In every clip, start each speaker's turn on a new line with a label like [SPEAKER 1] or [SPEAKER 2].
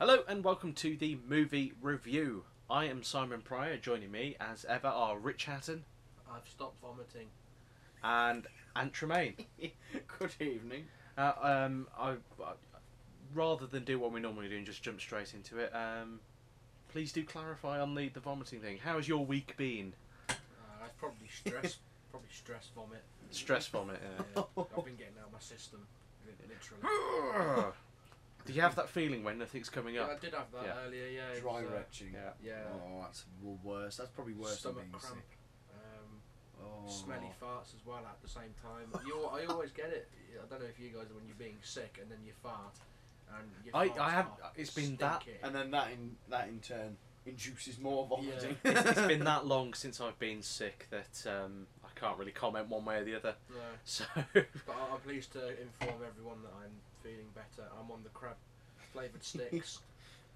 [SPEAKER 1] Hello and welcome to the movie review. I am Simon Pryor. Joining me, as ever, are Rich Hatton
[SPEAKER 2] I've stopped vomiting.
[SPEAKER 1] and Ant Tremaine.
[SPEAKER 2] Good evening.
[SPEAKER 1] Uh, um, I, I- rather than do what we normally do and just jump straight into it, um, please do clarify on the, the vomiting thing. How has your week been?
[SPEAKER 2] Uh, that's probably stress. probably stress vomit.
[SPEAKER 1] Stress vomit.
[SPEAKER 2] Yeah,
[SPEAKER 1] Yeah.
[SPEAKER 2] I've been getting out of my system, li- literally.
[SPEAKER 1] do you have that feeling when nothing's coming
[SPEAKER 2] Yeah,
[SPEAKER 1] up?
[SPEAKER 2] I did have that
[SPEAKER 1] Yeah.
[SPEAKER 2] earlier. Yeah. it
[SPEAKER 3] Dry
[SPEAKER 2] was, uh,
[SPEAKER 3] retching.
[SPEAKER 1] Yeah.
[SPEAKER 2] Yeah.
[SPEAKER 3] Oh, that's w- worse. That's probably worse
[SPEAKER 2] stomach
[SPEAKER 3] than being
[SPEAKER 2] cramp.
[SPEAKER 3] sick.
[SPEAKER 2] Um,
[SPEAKER 3] Oh.
[SPEAKER 2] Smelly farts as well at the same time. You, al- I always get it. I don't know if you guys when you're being sick and then you fart. And your
[SPEAKER 1] I-
[SPEAKER 2] farts
[SPEAKER 1] I have-
[SPEAKER 2] are
[SPEAKER 1] it's been that-
[SPEAKER 2] stinky.
[SPEAKER 3] And then that in that in turn induces more vomiting.
[SPEAKER 1] It's- it's been that long since I've been sick that um, I can't really comment one way or the other.
[SPEAKER 2] No,
[SPEAKER 1] So,
[SPEAKER 2] but I- I'm pleased to inform everyone that I'm feeling better. I'm on the crab flavoured sticks.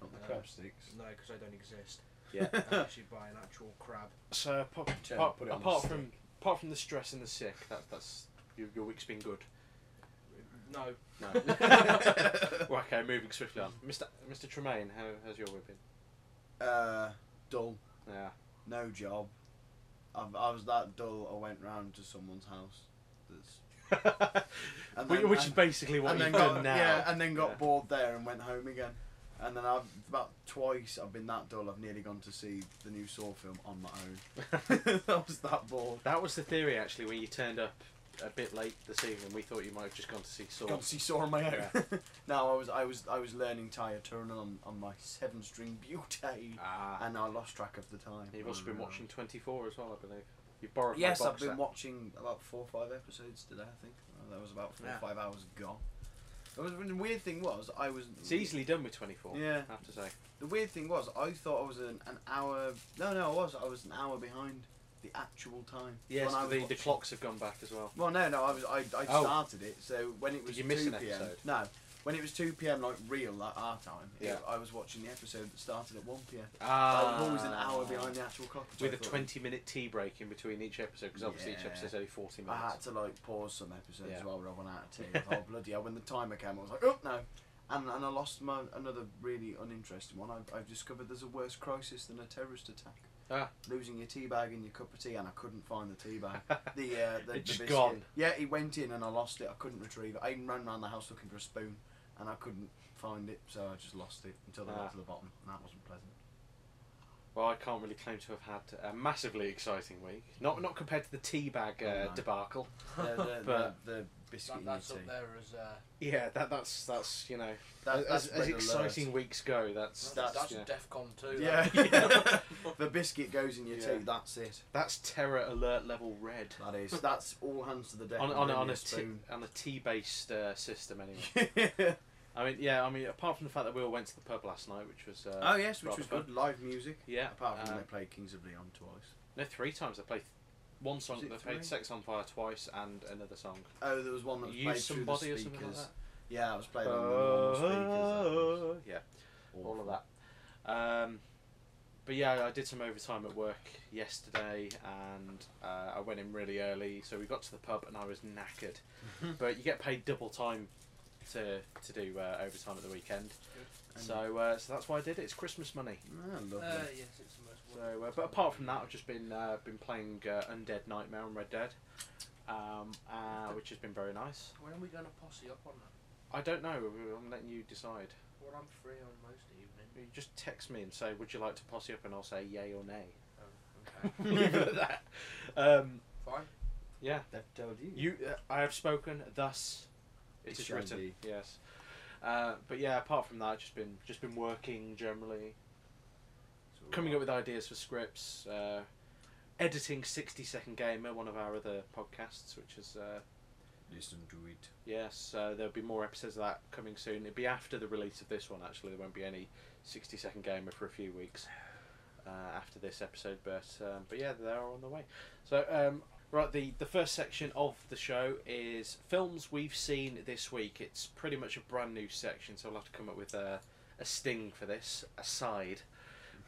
[SPEAKER 3] Not the
[SPEAKER 2] Uh,
[SPEAKER 3] crab sticks.
[SPEAKER 2] no, because they don't exist.
[SPEAKER 1] yeah.
[SPEAKER 2] I actually buy an actual crab.
[SPEAKER 1] So apart,
[SPEAKER 3] Turn,
[SPEAKER 1] apart,
[SPEAKER 3] put it on
[SPEAKER 1] apart
[SPEAKER 3] the
[SPEAKER 1] from apart from the stress and the sick, that, that's your, your week's been good.
[SPEAKER 2] No.
[SPEAKER 1] No. Well, okay, moving swiftly on. Mr. Mr. Tremaine, how, how's your week been?
[SPEAKER 3] uh, dull.
[SPEAKER 1] Yeah.
[SPEAKER 3] No job. I, I was that dull. I went round to someone's house. That's, And
[SPEAKER 1] which
[SPEAKER 3] then-
[SPEAKER 1] which is
[SPEAKER 3] and-
[SPEAKER 1] basically what
[SPEAKER 3] and
[SPEAKER 1] you've
[SPEAKER 3] then
[SPEAKER 1] done
[SPEAKER 3] got
[SPEAKER 1] now.
[SPEAKER 3] yeah, and then got
[SPEAKER 1] Yeah.
[SPEAKER 3] bored there and went home again. And then I've about twice I've been that dull. I've nearly gone to see the new Saw film on my own. I was that bored.
[SPEAKER 1] that was the theory actually when you turned up a bit late this evening. We thought you might have just gone to see Saw.
[SPEAKER 3] Gone to see Saw on my own. now I was I was I was learning Tyaturin on on my seven string butane,
[SPEAKER 1] Ah.
[SPEAKER 3] and I lost track of the time.
[SPEAKER 1] You've also been
[SPEAKER 3] Um,
[SPEAKER 1] watching 24 as well, I believe. You've borrowed
[SPEAKER 3] Yes,
[SPEAKER 1] my
[SPEAKER 3] I've
[SPEAKER 1] box
[SPEAKER 3] been
[SPEAKER 1] set.
[SPEAKER 3] watching about four or five episodes today. I think Uh, that was about four
[SPEAKER 1] Yeah.
[SPEAKER 3] or five hours gone. It was, the weird thing was I was.
[SPEAKER 1] It's easily done with 24.
[SPEAKER 3] Yeah.
[SPEAKER 1] I have to say.
[SPEAKER 3] The weird thing was I thought I was an, an hour. No, no, I was. I was an hour behind the actual time.
[SPEAKER 1] Yes,
[SPEAKER 3] When I was
[SPEAKER 1] the, the
[SPEAKER 3] watching-
[SPEAKER 1] clocks have gone back as well.
[SPEAKER 3] Well, no, no, I was. I, I
[SPEAKER 1] Oh.
[SPEAKER 3] started it. So when it was
[SPEAKER 1] you miss
[SPEAKER 3] 2
[SPEAKER 1] an
[SPEAKER 3] p.m.
[SPEAKER 1] episode?
[SPEAKER 3] No, when it was two p.m. like real like our time. it-
[SPEAKER 1] Yeah.
[SPEAKER 3] I was watching the episode that started at one p.m.
[SPEAKER 1] Ah.
[SPEAKER 3] I was always an hour behind the actual clock. which
[SPEAKER 1] with
[SPEAKER 3] I
[SPEAKER 1] a
[SPEAKER 3] thought-
[SPEAKER 1] 20 minute tea break in between each episode because obviously each
[SPEAKER 3] Yeah. Ah,
[SPEAKER 1] episode's only 40 minutes.
[SPEAKER 3] I had to like pause some episodes
[SPEAKER 1] Yeah.
[SPEAKER 3] while I ran out of tea. I thought, oh bloody hell! When the timer came, I was like, oh no, and and I lost my another really uninteresting one. I've, I've discovered there's a worse crisis than a terrorist attack.
[SPEAKER 1] Ah.
[SPEAKER 3] Losing your tea bag and your cup of tea, and I couldn't find the tea bag. The uh, the, the
[SPEAKER 1] It's
[SPEAKER 3] biscuit.
[SPEAKER 1] gone.
[SPEAKER 3] Yeah, it went in and I lost it. I couldn't retrieve it. I even ran around the house looking for a spoon, and I couldn't find it, so I just lost it until I
[SPEAKER 1] Ah.
[SPEAKER 3] got to the bottom, and that wasn't pleasant.
[SPEAKER 1] Well, I can't really claim to have had a massively exciting week. Not not compared to the teabag uh,
[SPEAKER 3] Oh, no.
[SPEAKER 1] debacle.
[SPEAKER 3] The, the,
[SPEAKER 1] But-
[SPEAKER 3] the, the biscuit
[SPEAKER 2] That,
[SPEAKER 3] in
[SPEAKER 2] that's
[SPEAKER 3] your
[SPEAKER 2] up
[SPEAKER 3] tea.
[SPEAKER 2] there as uh,
[SPEAKER 1] Yeah, that that's that's you know
[SPEAKER 3] That- that's
[SPEAKER 1] as, as
[SPEAKER 3] red
[SPEAKER 1] exciting
[SPEAKER 3] alert.
[SPEAKER 1] weeks go. That's
[SPEAKER 2] that's,
[SPEAKER 1] that's
[SPEAKER 2] that's
[SPEAKER 1] yeah.
[SPEAKER 2] DEFCON two.
[SPEAKER 3] Yeah.
[SPEAKER 2] that.
[SPEAKER 3] The biscuit goes in your
[SPEAKER 1] Yeah.
[SPEAKER 3] tea. That's it.
[SPEAKER 1] that's terror alert level red
[SPEAKER 3] That is. That's all hands to the deck.
[SPEAKER 1] on
[SPEAKER 3] and
[SPEAKER 1] on,
[SPEAKER 3] bring
[SPEAKER 1] on
[SPEAKER 3] me
[SPEAKER 1] a tea,
[SPEAKER 3] spoon.
[SPEAKER 1] on a tea based uh, system anyway.
[SPEAKER 3] oh
[SPEAKER 1] I mean yeah, I mean apart from the fact that we all went to the pub last night, which was uh,
[SPEAKER 3] Oh, yes, which
[SPEAKER 1] rather
[SPEAKER 3] was
[SPEAKER 1] fun.
[SPEAKER 3] good. Live music.
[SPEAKER 1] Yeah,
[SPEAKER 3] Oh, Apart from
[SPEAKER 1] um,
[SPEAKER 3] they played Kings of Leon twice.
[SPEAKER 1] no three times they played one song.
[SPEAKER 3] Was it
[SPEAKER 1] They played
[SPEAKER 3] three?
[SPEAKER 1] Sex on Fire twice and another song.
[SPEAKER 3] Oh, there was one that was
[SPEAKER 1] You
[SPEAKER 3] played through the
[SPEAKER 1] somebody or
[SPEAKER 3] speakers.
[SPEAKER 1] something like that. Oh.
[SPEAKER 3] Yeah, it was played on the normal speakers. That was
[SPEAKER 1] yeah, all
[SPEAKER 3] awful.
[SPEAKER 1] of that. Um, but yeah, I did some overtime at work yesterday, and uh, I went in really early, so we got to the pub, and I was knackered. but you get paid double time to to do uh, overtime at the weekend,
[SPEAKER 3] And-
[SPEAKER 1] so uh, so that's why I did it. It's Christmas money.
[SPEAKER 3] Ah, lovely.
[SPEAKER 2] Uh, yes, it's the most.
[SPEAKER 1] So,
[SPEAKER 2] wonderful
[SPEAKER 1] uh, but
[SPEAKER 2] time.
[SPEAKER 1] apart from that, I've just been uh, been playing uh, Undead Nightmare on Red Dead, um, uh, which has been very nice.
[SPEAKER 2] when are we going to posse up on that?
[SPEAKER 1] I don't know. I'm letting you decide.
[SPEAKER 2] Well, I'm free on most evenings.
[SPEAKER 1] You just text me and say, "Would you like to posse up?" and I'll say, "Yay or nay."
[SPEAKER 2] Oh, okay.
[SPEAKER 1] Leave it at that. Um,
[SPEAKER 2] Fine.
[SPEAKER 1] yeah,
[SPEAKER 3] They've told you.
[SPEAKER 1] you. Uh, I have spoken. Thus,
[SPEAKER 3] It
[SPEAKER 1] it is
[SPEAKER 3] shall
[SPEAKER 1] written.
[SPEAKER 3] be.
[SPEAKER 1] Yes. Uh, but yeah, apart from that, I've just been just been working generally, coming up with ideas for scripts, uh, editing sixty second gamer, one of our other podcasts, which is uh,
[SPEAKER 3] Listen to it.
[SPEAKER 1] yes, uh, there'll be more episodes of that coming soon. It'll be after the release of this one. Actually, there won't be any sixty second gamer for a few weeks uh, after this episode, but um, but yeah, they are on the way. So um, right, the the first section of the show is films we've seen this week. It's pretty much a brand new section, so I'll have to come up with a, a sting for this aside.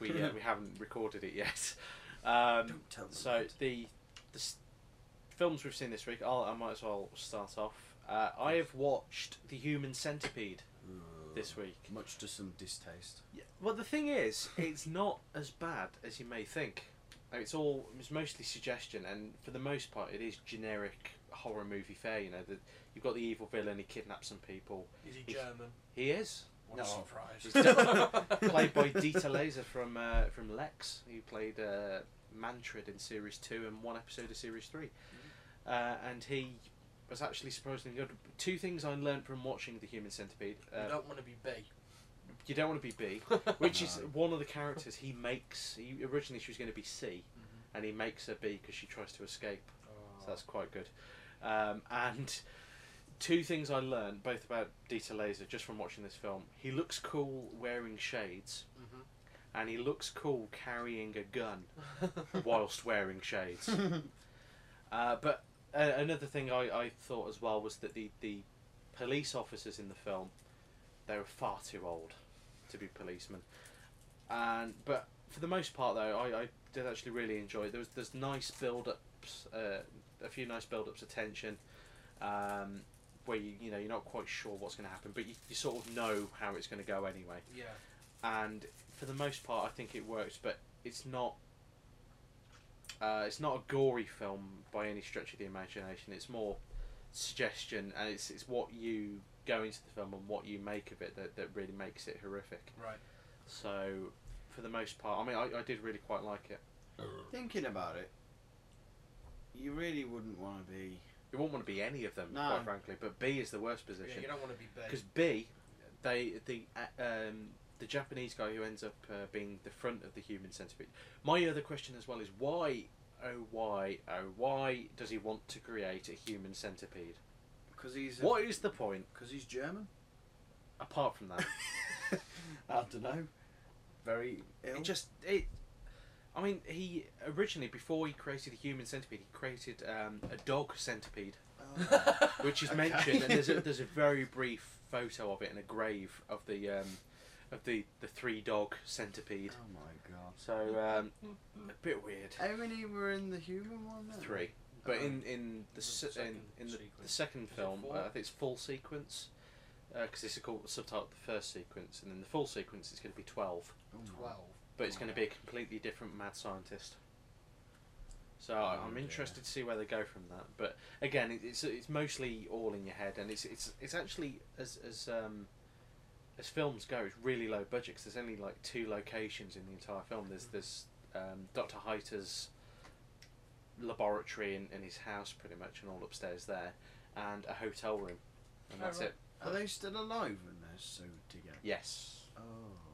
[SPEAKER 1] We uh, we haven't recorded it yet. Um,
[SPEAKER 3] Don't tell them
[SPEAKER 1] so
[SPEAKER 3] that.
[SPEAKER 1] the the s- films we've seen this week. I'll, I might as well start off. Uh, I have watched The Human Centipede.
[SPEAKER 3] Uh,
[SPEAKER 1] this week.
[SPEAKER 3] Much to some distaste.
[SPEAKER 1] Well, the thing is, it's not as bad as you may think. Like, It's all it's mostly suggestion, and for the most part, it is generic horror movie fare. You know, the, you've got the evil villain, he kidnaps some people.
[SPEAKER 2] Is he
[SPEAKER 1] He's-
[SPEAKER 2] German?
[SPEAKER 1] He is
[SPEAKER 2] What
[SPEAKER 1] No.
[SPEAKER 2] a surprise.
[SPEAKER 1] He's definitely played by Dieter Laser from uh, from Lex, who played uh, Mantrid in series two and one episode of series three, uh, and he was actually surprisingly good. Two things I learned from watching The Human Centipede:
[SPEAKER 2] you
[SPEAKER 1] uh,
[SPEAKER 2] don't want to be B.
[SPEAKER 1] you don't want to be B, which is
[SPEAKER 3] No.
[SPEAKER 1] one of the characters he makes. He, originally, she was going to be C,
[SPEAKER 2] Mm-hmm.
[SPEAKER 1] and he makes her B because she tries to escape.
[SPEAKER 2] Oh.
[SPEAKER 1] So that's quite good. Um, and two things I learned, both about Dieter Laser, just from watching this film. He looks cool wearing shades, and he looks cool carrying a gun
[SPEAKER 2] Mhm.
[SPEAKER 1] whilst wearing shades. Uh, but uh, another thing I, I thought as well was that the, the police officers in the film, they were far too old to be policemen. And but for the most part though, I, I did actually really enjoy. It. There was there's nice build ups, uh, a few nice build ups of tension, um, where you you know you're not quite sure what's going to happen, but you, you sort of know how it's going to go anyway
[SPEAKER 2] yeah.
[SPEAKER 1] and for the most part, I think it works. But it's not. Uh, it's not a gory film by any stretch of the imagination. It's more suggestion, and it's it's what you go into the film and what you make of it that, that really makes it horrific.
[SPEAKER 2] Right.
[SPEAKER 1] So, for the most part, I mean, I, I did really quite like it.
[SPEAKER 3] Thinking about it, you really wouldn't want to be.
[SPEAKER 1] You won't want to be any of them,
[SPEAKER 3] No.
[SPEAKER 1] quite frankly. But B is the worst
[SPEAKER 2] Yeah,
[SPEAKER 1] position
[SPEAKER 2] you don't want to be B.
[SPEAKER 1] because B, they the uh, um, the Japanese guy who ends up uh, being the front of the human centipede. My other question as well is why, oh why, oh why does he want to create a human centipede?
[SPEAKER 3] Because he's.
[SPEAKER 1] What is the point
[SPEAKER 3] Because he's German.
[SPEAKER 1] apart from that?
[SPEAKER 3] I don't know. Very ill.
[SPEAKER 1] it just it. I mean, he originally before he created a human centipede, he created um, a dog centipede,
[SPEAKER 3] Oh.
[SPEAKER 1] which is
[SPEAKER 3] Okay.
[SPEAKER 1] mentioned, and there's a, there's a very brief photo of it in a grave of the um, of the the three dog centipede.
[SPEAKER 3] Oh my god.
[SPEAKER 1] So um, a bit weird.
[SPEAKER 3] How many were in the human one then?
[SPEAKER 1] Three, but
[SPEAKER 3] Oh.
[SPEAKER 1] in in the
[SPEAKER 2] The
[SPEAKER 1] se- in,
[SPEAKER 2] Uh-huh. second
[SPEAKER 1] in the, the
[SPEAKER 2] sequence.
[SPEAKER 1] second
[SPEAKER 2] Is it
[SPEAKER 1] film,
[SPEAKER 2] four?
[SPEAKER 1] uh, I think it's full sequence. uh, Because this is called subtitled the first sequence, and then the full sequence is going to be twelve,
[SPEAKER 3] Oh my.
[SPEAKER 2] Twelve.
[SPEAKER 1] but it's going to
[SPEAKER 3] Okay.
[SPEAKER 1] be a completely different mad scientist. So I-
[SPEAKER 3] Oh,
[SPEAKER 1] I'm
[SPEAKER 3] dear.
[SPEAKER 1] interested to see where they go from that. But again, it, it's it's mostly all in your head, and it's it's it's actually as as um, as films go, it's really low budget 'cause there's only like two locations in the entire film. There's this um, Doctor Heiter's laboratory in, in his house, pretty much, and all upstairs there, and a hotel room, and
[SPEAKER 2] Oh,
[SPEAKER 1] that's
[SPEAKER 2] right.
[SPEAKER 1] it.
[SPEAKER 3] Are they still alive when they're sewed together?
[SPEAKER 1] Yes,
[SPEAKER 3] Oh.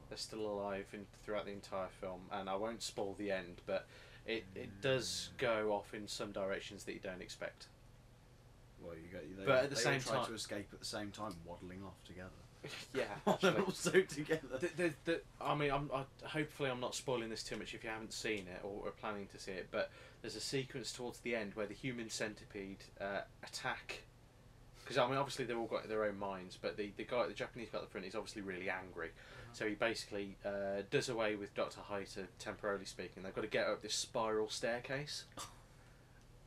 [SPEAKER 1] they're still alive in, throughout the entire film, and I won't spoil the end, but it it does go off in some directions that you don't expect.
[SPEAKER 3] Well, you got. They,
[SPEAKER 1] But at the
[SPEAKER 3] they
[SPEAKER 1] same
[SPEAKER 3] all tried
[SPEAKER 1] time-
[SPEAKER 3] to escape at the same time, waddling off together.
[SPEAKER 1] yeah,
[SPEAKER 3] they're
[SPEAKER 1] actually.
[SPEAKER 3] all sewed together.
[SPEAKER 1] The, the, the, I mean, I'm, I, hopefully I'm not spoiling this too much if you haven't seen it or are planning to see it, but there's a sequence towards the end where the human centipede uh, attack. Because, I mean, obviously they've all got their own minds, but the, the guy, the Japanese guy at the front, is obviously really angry.
[SPEAKER 3] Uh-huh.
[SPEAKER 1] So he basically uh, does away with Dr. Heiter, temporarily speaking. They've got to get up this spiral staircase.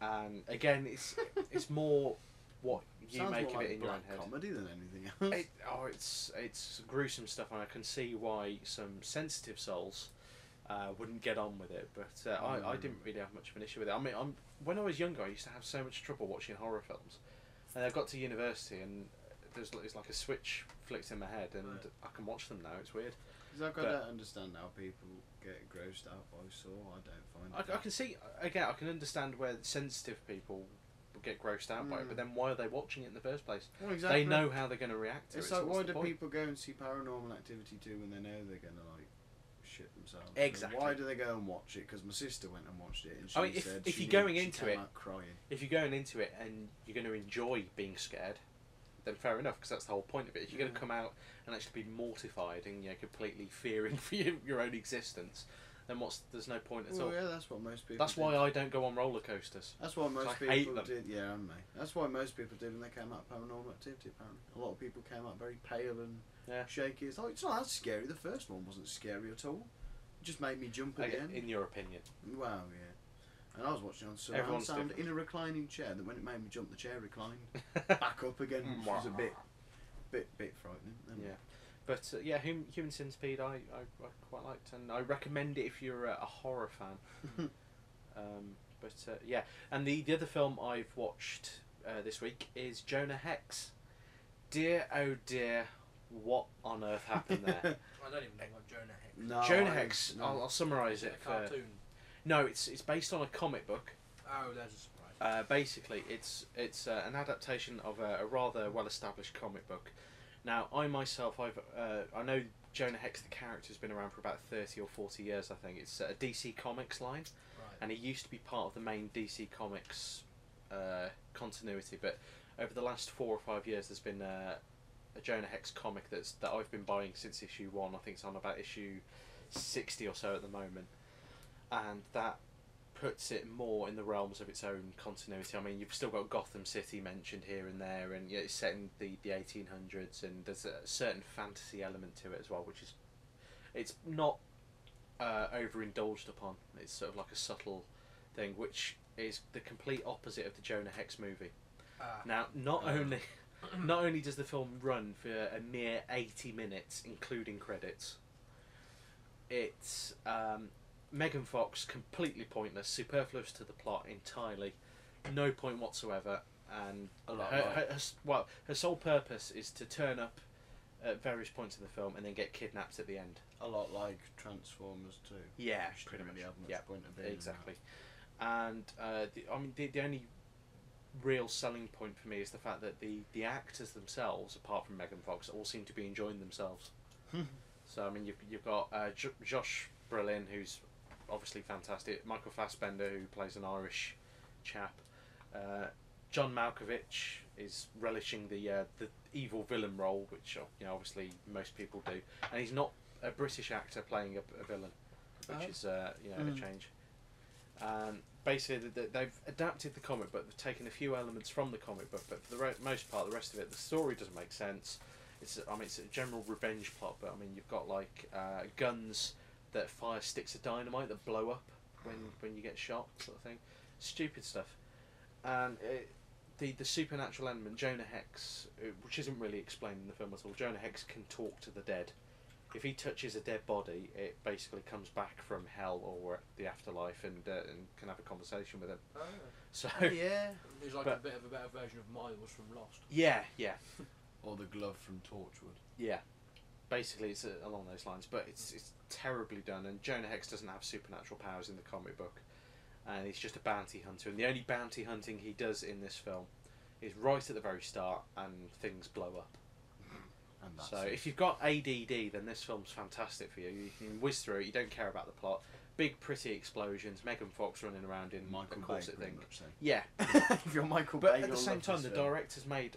[SPEAKER 1] And again, it's it's more what you
[SPEAKER 3] Sounds
[SPEAKER 1] make of
[SPEAKER 3] more like
[SPEAKER 1] it in your own
[SPEAKER 3] black
[SPEAKER 1] head.
[SPEAKER 3] comedy than anything else.
[SPEAKER 1] It, oh, it's it's gruesome stuff, and I can see why some sensitive souls uh, wouldn't get on with it. But uh, I, I
[SPEAKER 3] Mm.
[SPEAKER 1] didn't really have much of an issue with it. I mean, I'm, when I was younger, I used to have so much trouble watching horror films, and I got to university, and there's li- it's like a switch flicked in my head, and
[SPEAKER 2] Right.
[SPEAKER 1] I can watch them now. It's weird.
[SPEAKER 3] 'Cause I've got
[SPEAKER 1] but-
[SPEAKER 3] to understand how people get grossed out by Saw. I don't find
[SPEAKER 1] I,
[SPEAKER 3] it.
[SPEAKER 1] I can see again. I can understand where sensitive people would get grossed out by it,
[SPEAKER 3] Mm.
[SPEAKER 1] but then why are they watching it in the first place?
[SPEAKER 3] Well, exactly.
[SPEAKER 1] They know how they're going to react to
[SPEAKER 3] It's
[SPEAKER 1] it. so
[SPEAKER 3] like,
[SPEAKER 1] what's
[SPEAKER 3] why
[SPEAKER 1] the
[SPEAKER 3] do
[SPEAKER 1] point?
[SPEAKER 3] people go and see Paranormal Activity too when they know they're gonna like shit themselves? So
[SPEAKER 1] Exactly.
[SPEAKER 3] why do they go and watch it? Because my sister went and watched it, and she
[SPEAKER 1] I mean, if-
[SPEAKER 3] said
[SPEAKER 1] if
[SPEAKER 3] she
[SPEAKER 1] you're going
[SPEAKER 3] she
[SPEAKER 1] into
[SPEAKER 3] came
[SPEAKER 1] it-
[SPEAKER 3] out crying.
[SPEAKER 1] if you're going into it and you're going to enjoy being scared, then fair enough because that's the whole point of it. If you're going
[SPEAKER 3] Yeah.
[SPEAKER 1] to come out and actually be mortified and you know, completely fearing for your, your own existence, then what's there's no point at
[SPEAKER 3] Well,
[SPEAKER 1] all.
[SPEAKER 3] yeah, that's what most people.
[SPEAKER 1] That's
[SPEAKER 3] did.
[SPEAKER 1] why I don't go on roller coasters.
[SPEAKER 3] That's why most
[SPEAKER 1] I
[SPEAKER 3] people
[SPEAKER 1] hate them.
[SPEAKER 3] did. Yeah, and me. That's why most people did when they came out of Paranormal Activity. Apparently, a lot of people came out very pale and
[SPEAKER 1] Yeah.
[SPEAKER 3] shaky. It's like it's not that scary. The first one wasn't scary at all. It just made me jump
[SPEAKER 1] Okay,
[SPEAKER 3] again.
[SPEAKER 1] in your opinion,
[SPEAKER 3] Wow, yeah. And I was watching on surround
[SPEAKER 1] Everyone's
[SPEAKER 3] sound
[SPEAKER 1] different.
[SPEAKER 3] in a reclining chair. That when it made me jump, the chair reclined back up again, which was a bit, bit, bit frightening.
[SPEAKER 1] Yeah. But uh, yeah, hum, Human Centipede, I, I, I quite liked, and I recommend it if you're a, a horror fan. um, but uh, yeah, and the, the other film I've watched uh, this week is Jonah Hex. Dear, oh dear, what on earth happened there?
[SPEAKER 2] I don't even know what Jonah Hex.
[SPEAKER 3] no,
[SPEAKER 1] Jonah
[SPEAKER 3] I-
[SPEAKER 1] Hex.
[SPEAKER 3] no.
[SPEAKER 1] I'll, I'll summarise
[SPEAKER 2] Is it
[SPEAKER 1] it.
[SPEAKER 2] a
[SPEAKER 1] For,
[SPEAKER 2] cartoon?
[SPEAKER 1] no, it's it's based on a comic book.
[SPEAKER 2] Oh, there's a surprise.
[SPEAKER 1] Uh, basically, it's it's uh, an adaptation of a, a rather well-established comic book. Now, I myself, I've uh, I know Jonah Hex, the character, has been around for about thirty or forty years. I think it's uh, a DC Comics line,
[SPEAKER 2] Right.
[SPEAKER 1] and he used to be part of the main DC Comics uh, continuity. But over the last four or five years, there's been uh, a Jonah Hex comic that's that I've been buying since issue one. I think it's on about issue sixty or so at the moment, and that puts it more in the realms of its own continuity. I mean, you've still got Gotham City mentioned here and there, and yeah, it's set in the the eighteen hundreds, and there's a certain fantasy element to it as well, which is it's not uh, overindulged upon. It's sort of like a subtle thing, which is the complete opposite of the Jonah Hex movie.
[SPEAKER 2] Ah,
[SPEAKER 1] Now, not
[SPEAKER 3] Ah.
[SPEAKER 1] only not only does the film run for a mere eighty minutes, including credits, it's um, Megan Fox completely pointless, superfluous to the plot entirely, no point whatsoever, and
[SPEAKER 3] A lot
[SPEAKER 1] her,
[SPEAKER 3] like-
[SPEAKER 1] her, her s- well, her sole purpose is to turn up at various points in the film and then get kidnapped at the end.
[SPEAKER 3] a lot like Transformers too.
[SPEAKER 1] Yeah,
[SPEAKER 3] Which
[SPEAKER 1] pretty much.
[SPEAKER 3] didn't really have much
[SPEAKER 1] Yeah,
[SPEAKER 3] point of being in that.
[SPEAKER 1] exactly. And uh, the, I mean, the, the only real selling point for me is the fact that the, the actors themselves, apart from Megan Fox, all seem to be enjoying themselves. so I mean, you've you've got uh, J- Josh Brolin, who's obviously fantastic. Michael Fassbender, who plays an Irish chap. Uh, John Malkovich is relishing the uh, the evil villain role, which uh, you know obviously most people do, and he's not a British actor playing a, a villain, which
[SPEAKER 3] Oh.
[SPEAKER 1] is uh, you know a
[SPEAKER 3] Mm.
[SPEAKER 1] change. Um, basically, th- th- they've adapted the comic book. They've taken a few elements from the comic book, but for the re- most part, the rest of it, the story doesn't make sense. It's I mean, it's a general revenge plot, but I mean, you've got like uh, guns that fire sticks of dynamite that blow up when when you get shot, sort of thing. Stupid stuff, and it, the the supernatural element, Jonah Hex, uh, which isn't really explained in the film at all. Jonah Hex can talk to the dead. If he touches a dead body, it basically comes back from hell or the afterlife and uh, and can have a conversation with him.
[SPEAKER 2] oh.
[SPEAKER 1] So
[SPEAKER 3] yeah.
[SPEAKER 2] He's like
[SPEAKER 1] But-
[SPEAKER 2] a bit of a better version of Miles from Lost.
[SPEAKER 1] yeah, yeah,
[SPEAKER 3] Or the glove from Torchwood.
[SPEAKER 1] Yeah, basically it's uh, along those lines, but it's it's terribly done. And Jonah Hex doesn't have supernatural powers in the comic book, and he's just a bounty hunter. And the only bounty hunting he does in this film is right at the very start, and things blow up.
[SPEAKER 3] And that's
[SPEAKER 1] so
[SPEAKER 3] it.
[SPEAKER 1] if you've got ADD, then this film's fantastic for you. You can whiz through it. You don't care about the plot. Big pretty explosions. Megan Fox running around in
[SPEAKER 3] Michael
[SPEAKER 1] a
[SPEAKER 3] Bay,
[SPEAKER 1] corset
[SPEAKER 3] pretty
[SPEAKER 1] thing.
[SPEAKER 3] much. then.
[SPEAKER 1] Yeah,
[SPEAKER 3] if you're Michael
[SPEAKER 1] but
[SPEAKER 3] Bay,
[SPEAKER 1] at
[SPEAKER 3] you'll
[SPEAKER 1] the same
[SPEAKER 3] love
[SPEAKER 1] time,
[SPEAKER 3] this
[SPEAKER 1] the
[SPEAKER 3] film.
[SPEAKER 1] director's made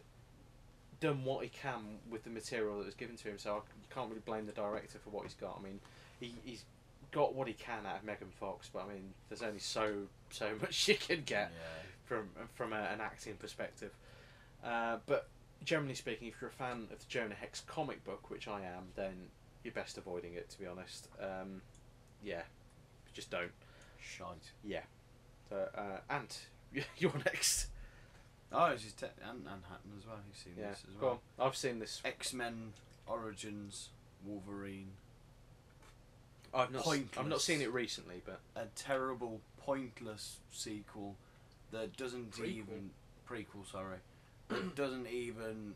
[SPEAKER 1] done what he can with the material that was given to him. So I c- you can't really blame the director for what he's got. I mean, he, he's got what he can out of Megan Fox, but I mean, there's only so so much you can get from from a, an acting perspective. Uh, but generally speaking, if you're a fan of the Jonah Hex comic book, which I am, then you're best avoiding it. To be honest, um, yeah, just don't.
[SPEAKER 3] Shite.
[SPEAKER 1] So, uh, Ant, you're next.
[SPEAKER 3] Oh, it's just te- Ant Man Hatton as well. He's seen
[SPEAKER 1] Yeah,
[SPEAKER 3] this as
[SPEAKER 1] go on.
[SPEAKER 3] well.
[SPEAKER 1] I've seen this.
[SPEAKER 3] X Men Origins Wolverine.
[SPEAKER 1] I've not. s- I've not
[SPEAKER 3] Pointless.
[SPEAKER 1] seen it recently, but
[SPEAKER 3] A terrible, pointless sequel that doesn't
[SPEAKER 2] Prequel.
[SPEAKER 3] even prequel. Sorry, that doesn't even.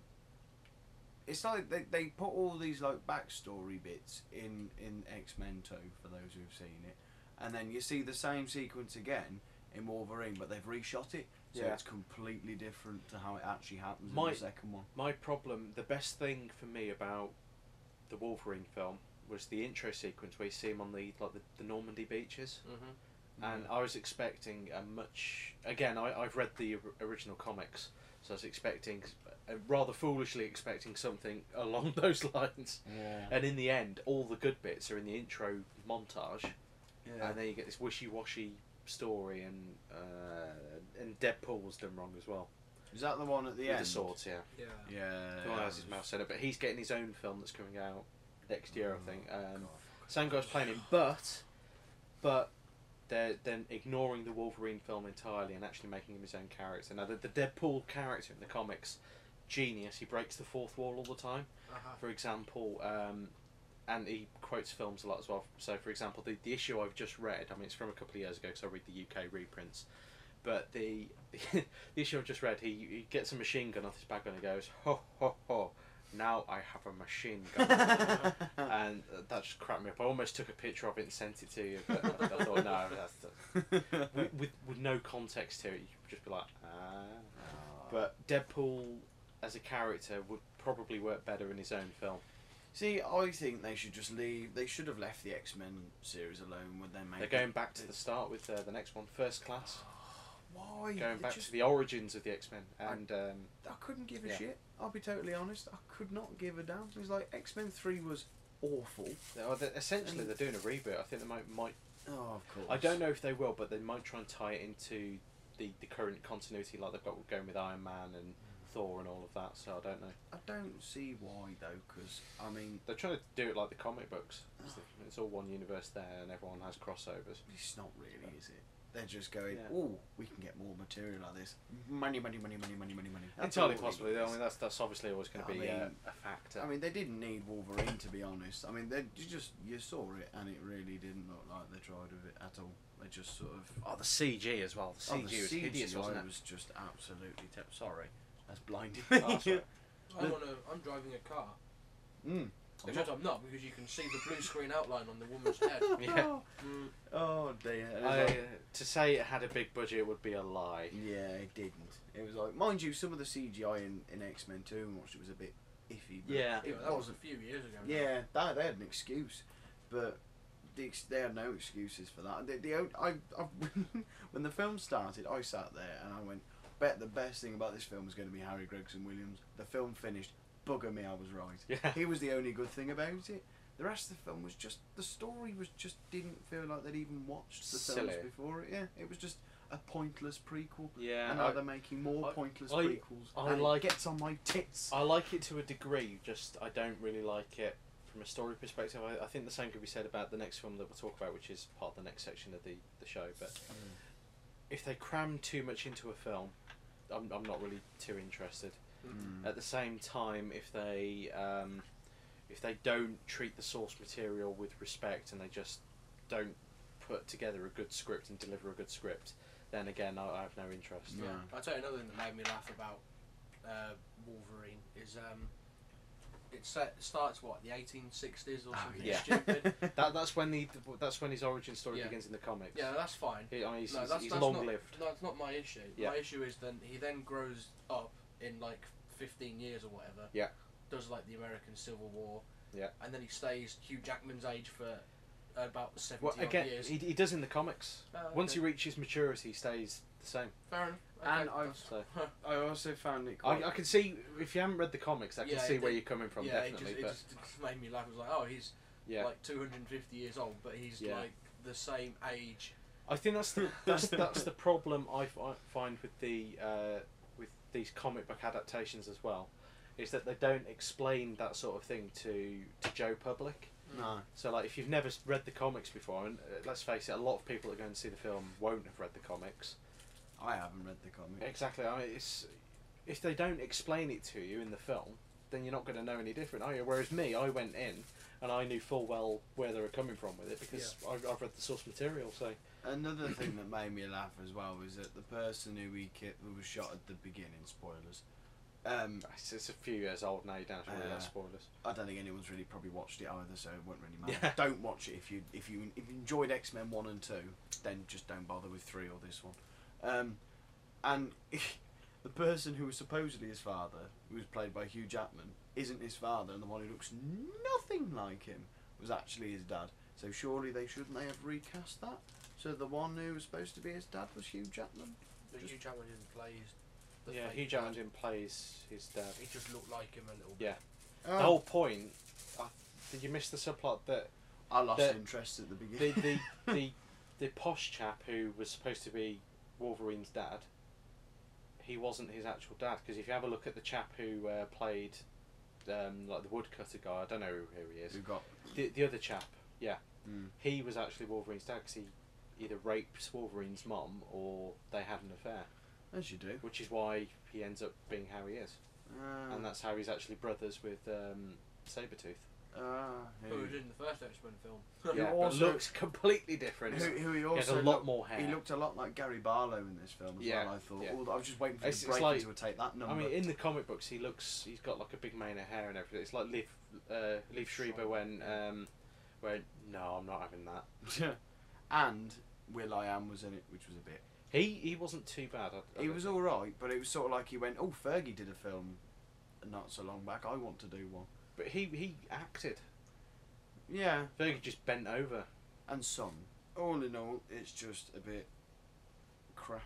[SPEAKER 3] It's like they, they put all these like backstory bits in in X Men Two for those who've seen it, and then you see the same sequence again in Wolverine, but they've reshot it, so
[SPEAKER 1] Yeah.
[SPEAKER 3] it's completely different to how it actually happens in
[SPEAKER 1] My-
[SPEAKER 3] the second one.
[SPEAKER 1] my problem, the best thing for me about the Wolverine film was the intro sequence where you see him on the like the, the Normandy beaches,
[SPEAKER 2] Mm-hmm.
[SPEAKER 1] and I was expecting a much. Again, I I've read the or- original comics, so I was expecting, uh, rather foolishly expecting something along those lines.
[SPEAKER 3] yeah.
[SPEAKER 1] And in the end, all the good bits are in the intro montage,
[SPEAKER 3] yeah.
[SPEAKER 1] and then you get this wishy-washy story, and uh, and Deadpool was done wrong as well.
[SPEAKER 3] Is that the one at the
[SPEAKER 1] With
[SPEAKER 3] end?
[SPEAKER 1] the swords, yeah.
[SPEAKER 2] Yeah.
[SPEAKER 3] Yeah.
[SPEAKER 1] Who has his mouth set up, but he's getting his own film that's coming out next year,
[SPEAKER 3] Mm.
[SPEAKER 1] I think. Um, same guy's playing him, but but they're then ignoring the Wolverine film entirely and actually making him his own character. Now the, the Deadpool character in the comics genius. He breaks the fourth wall all the time.
[SPEAKER 2] Uh-huh.
[SPEAKER 1] For example, um, and he quotes films a lot as well. So, for example, the, the issue I've just read, I mean, it's from a couple of years ago because I read the UK reprints, but the, the issue I've just read, he, he gets a machine gun off his back and he goes, ho, ho, ho, now I have a machine gun. and uh, that just cracked me up. I almost took a picture of it and sent it to you, but I, I thought, no, that's, with, with, with no context to it, you could just be like, ah. But Deadpool as a character would probably work better in his own film.
[SPEAKER 3] See, I think they should just leave. They should have left the X Men series alone when they made.
[SPEAKER 1] They're going back to the start with uh, the next one, First Class.
[SPEAKER 3] Why?
[SPEAKER 1] Going
[SPEAKER 3] They
[SPEAKER 1] back
[SPEAKER 3] just-
[SPEAKER 1] to the origins of the X Men, and um,
[SPEAKER 3] I couldn't give a
[SPEAKER 1] Yeah.
[SPEAKER 3] shit. I'll be totally honest. I could not give a damn. It was like X Men Three was awful.
[SPEAKER 1] they- oh, they're- essentially they're doing a reboot. I think they might, might.
[SPEAKER 3] Oh, of course.
[SPEAKER 1] I don't know if they will, but they might try and tie it into the, the current continuity, like they've got going with Iron Man and Thor and all of that. So I don't know.
[SPEAKER 3] I don't see why though, because I mean,
[SPEAKER 1] They're trying to do it like the comic books. It's, the- it's all one universe there, and everyone has crossovers.
[SPEAKER 3] it's not really, is it? They're just going,
[SPEAKER 1] Yeah.
[SPEAKER 3] oh, we can get more material out of this. Money, money, money, money, money, money, money. That's
[SPEAKER 1] Entirely
[SPEAKER 3] all it
[SPEAKER 1] possibly.
[SPEAKER 3] is.
[SPEAKER 1] I mean, that's that's obviously always going
[SPEAKER 3] I
[SPEAKER 1] to be uh,
[SPEAKER 3] mean-
[SPEAKER 1] a factor.
[SPEAKER 3] I mean, they didn't need Wolverine to be honest. I mean, they you just you saw it, and it really didn't look like they tried with it at all. They just sort of
[SPEAKER 1] oh, the CG as well. The
[SPEAKER 3] oh,
[SPEAKER 1] CG was
[SPEAKER 3] the
[SPEAKER 1] hideous,
[SPEAKER 3] CGI
[SPEAKER 1] wasn't it?
[SPEAKER 3] was just absolutely te- sorry. That's blinding.
[SPEAKER 1] Oh, that's right.
[SPEAKER 2] I want to. I'm driving a car,
[SPEAKER 3] mm.
[SPEAKER 2] which I'm not because you can see the blue screen outline on the woman's head.
[SPEAKER 1] Yeah.
[SPEAKER 2] Mm,
[SPEAKER 3] Oh dear. It was
[SPEAKER 1] I,
[SPEAKER 3] like- Mm.
[SPEAKER 1] to say it had a big budget would be a lie.
[SPEAKER 3] yeah, it didn't. It was like, mind you, some of the CGI in, in X Men Two and watched it was a bit iffy. But
[SPEAKER 1] Yeah.
[SPEAKER 2] yeah,
[SPEAKER 3] it
[SPEAKER 2] that was a
[SPEAKER 3] wasn't.
[SPEAKER 2] few years ago. now.
[SPEAKER 3] Yeah, that, they had an excuse, but the ex- they had no excuses for that. The, the on- I, I when the film started, I sat there and I went, "Bet the best thing about this film is going to be Harry Gregson Williams." The film finished. Bugger me, I was right.
[SPEAKER 1] Yeah.
[SPEAKER 3] He was the only good thing about it. The rest of the film was just the story was just didn't feel like they'd even watched the
[SPEAKER 1] Silly.
[SPEAKER 3] films before it. Yeah, it was just a pointless prequel.
[SPEAKER 1] Yeah,
[SPEAKER 3] and now
[SPEAKER 1] I-
[SPEAKER 3] they're making more
[SPEAKER 1] I-
[SPEAKER 3] pointless
[SPEAKER 1] I-
[SPEAKER 3] prequels.
[SPEAKER 1] I
[SPEAKER 3] and
[SPEAKER 1] like-
[SPEAKER 3] it gets on my tits.
[SPEAKER 1] I like it to a degree, just I don't really like it from a story perspective. I, I think the same could be said about the next film that we'll talk about, which is part of the next section of the, the show. But
[SPEAKER 3] Mm.
[SPEAKER 1] if they cram too much into a film, I'm, I'm not really too interested.
[SPEAKER 3] Mm.
[SPEAKER 1] At the same time, if they um, if they don't treat the source material with respect and they just don't put together a good script and deliver a good script, then again, I, I have no interest.
[SPEAKER 3] Yeah.
[SPEAKER 2] I'll tell you another thing that made me laugh about uh, Wolverine is um, it set, starts what the 1860s or
[SPEAKER 3] Oh,
[SPEAKER 2] something
[SPEAKER 1] yeah.
[SPEAKER 2] stupid.
[SPEAKER 1] That that's when the that's when his origin story
[SPEAKER 2] Yeah.
[SPEAKER 1] begins in the comics.
[SPEAKER 2] yeah, that's fine.
[SPEAKER 1] He- I mean, he's,
[SPEAKER 2] No,
[SPEAKER 1] he's-
[SPEAKER 2] that's-
[SPEAKER 1] he's
[SPEAKER 2] that's
[SPEAKER 1] long
[SPEAKER 2] not-
[SPEAKER 1] lived.
[SPEAKER 2] No, it's not my issue.
[SPEAKER 1] Yeah.
[SPEAKER 2] My issue is then he then grows up in like 15 years or whatever.
[SPEAKER 1] Yeah.
[SPEAKER 2] Does like the American Civil War.
[SPEAKER 1] Yeah.
[SPEAKER 2] And then he stays Hugh Jackman's age for about 70
[SPEAKER 1] Well,
[SPEAKER 2] odd
[SPEAKER 1] again,
[SPEAKER 2] years.
[SPEAKER 1] he, he does in the comics.
[SPEAKER 2] Oh,
[SPEAKER 1] Once
[SPEAKER 2] okay.
[SPEAKER 1] he reaches maturity, he stays the same.
[SPEAKER 2] Fair enough. Okay,
[SPEAKER 3] And I've-
[SPEAKER 2] that's-
[SPEAKER 1] So
[SPEAKER 3] I also found it.
[SPEAKER 1] I, I can see if you haven't read the comics, I can
[SPEAKER 2] Yeah,
[SPEAKER 1] see
[SPEAKER 2] it-
[SPEAKER 1] where you're coming from.
[SPEAKER 2] yeah,
[SPEAKER 1] definitely,
[SPEAKER 2] it,
[SPEAKER 1] but
[SPEAKER 2] just, it just made me laugh. It was like, oh, he's
[SPEAKER 1] yeah,
[SPEAKER 2] like 250 years old, but he's
[SPEAKER 1] Yeah.
[SPEAKER 2] like the same age.
[SPEAKER 1] I think that's the that's that's the problem I fi- find with the uh, with these comic book adaptations as well, is that they don't explain that sort of thing to to Joe Public.
[SPEAKER 3] No.
[SPEAKER 1] So like, if you've never s- read the comics before, and uh, let's face it, a lot of people that go and see the film won't have read the comics.
[SPEAKER 3] I haven't read the comic.
[SPEAKER 1] Exactly. I mean, it's if they don't explain it to you in the film, then you're not going to know any different, are you? Whereas me, I went in and I knew full well where they were coming from with it because I, I've read the source material. So
[SPEAKER 3] Another thing that made me laugh as well was that the person who we ki- who was shot at the beginning, spoilers. Um,
[SPEAKER 1] it's, it's a few years old now. You don't have to worry
[SPEAKER 3] Uh,
[SPEAKER 1] about spoilers.
[SPEAKER 3] I don't think anyone's really probably watched it either, so it won't really matter.
[SPEAKER 1] Yeah.
[SPEAKER 3] Don't watch it if you if you if you enjoyed X Men one and two, then just don't bother with three or this one. Um, and the person who was supposedly his father, who was played by Hugh Jackman, isn't his father, and the one who looks nothing like him was actually his dad. So surely they shouldn't they have recast that? So the one who was supposed to be his dad was Hugh Jackman.
[SPEAKER 2] But
[SPEAKER 3] Just-
[SPEAKER 2] Hugh Jackman didn't play. He's the
[SPEAKER 1] yeah,
[SPEAKER 2] fake
[SPEAKER 1] Hugh
[SPEAKER 2] dad.
[SPEAKER 1] Jackman didn't play his, his dad.
[SPEAKER 2] He just looked like him a little
[SPEAKER 1] Yeah.
[SPEAKER 2] bit.
[SPEAKER 3] Oh.
[SPEAKER 1] The whole point. I, did you miss the subplot that
[SPEAKER 3] I lost
[SPEAKER 1] the-
[SPEAKER 3] interest at the
[SPEAKER 1] the
[SPEAKER 3] beginning.
[SPEAKER 1] the, the the posh chap who was supposed to be Wolverine's dad, he wasn't his actual dad because if you have a look at the chap who uh, played um, like the woodcutter guy, I don't know who he is.
[SPEAKER 3] who got
[SPEAKER 1] The, the other chap, yeah,
[SPEAKER 3] Mm.
[SPEAKER 1] he was actually Wolverine's dad because he either raped Wolverine's mum or they had an affair,
[SPEAKER 3] as you do.
[SPEAKER 1] which is why he ends up being how he is.
[SPEAKER 3] Uh,
[SPEAKER 1] and that's how he's actually brothers with um, Sabretooth.
[SPEAKER 3] ah,
[SPEAKER 2] Who
[SPEAKER 3] who,
[SPEAKER 2] was in the first X-Men film.
[SPEAKER 1] Yeah, but
[SPEAKER 3] also-
[SPEAKER 1] looks completely different.
[SPEAKER 3] who, who he
[SPEAKER 1] he has a
[SPEAKER 3] also
[SPEAKER 1] lot
[SPEAKER 3] looked-
[SPEAKER 1] more hair.
[SPEAKER 3] He looked a lot like Gary Barlow in this film as
[SPEAKER 1] Yeah,
[SPEAKER 3] well. I thought.
[SPEAKER 1] yeah.
[SPEAKER 3] Although I was just waiting for
[SPEAKER 1] It's-
[SPEAKER 3] the
[SPEAKER 1] it's
[SPEAKER 3] break
[SPEAKER 1] like-
[SPEAKER 3] to take that number.
[SPEAKER 1] I mean, in the comic books, he looks. He's got like a big mane of hair and everything. It's like Leaf, uh, Leaf Schreiber when, um, when no, I'm not having that.
[SPEAKER 3] and Will I Am was in it, which was a bit.
[SPEAKER 1] He he wasn't too bad. I, I
[SPEAKER 3] He
[SPEAKER 1] don't
[SPEAKER 3] was
[SPEAKER 1] think.
[SPEAKER 3] all right, but it was sort of like he went, "Oh, Fergie did a film not so long back. I want to do one."
[SPEAKER 1] but he he acted.
[SPEAKER 3] Yeah,
[SPEAKER 1] Fergie just bent over.
[SPEAKER 3] and sung. All in all, it's just a bit crap.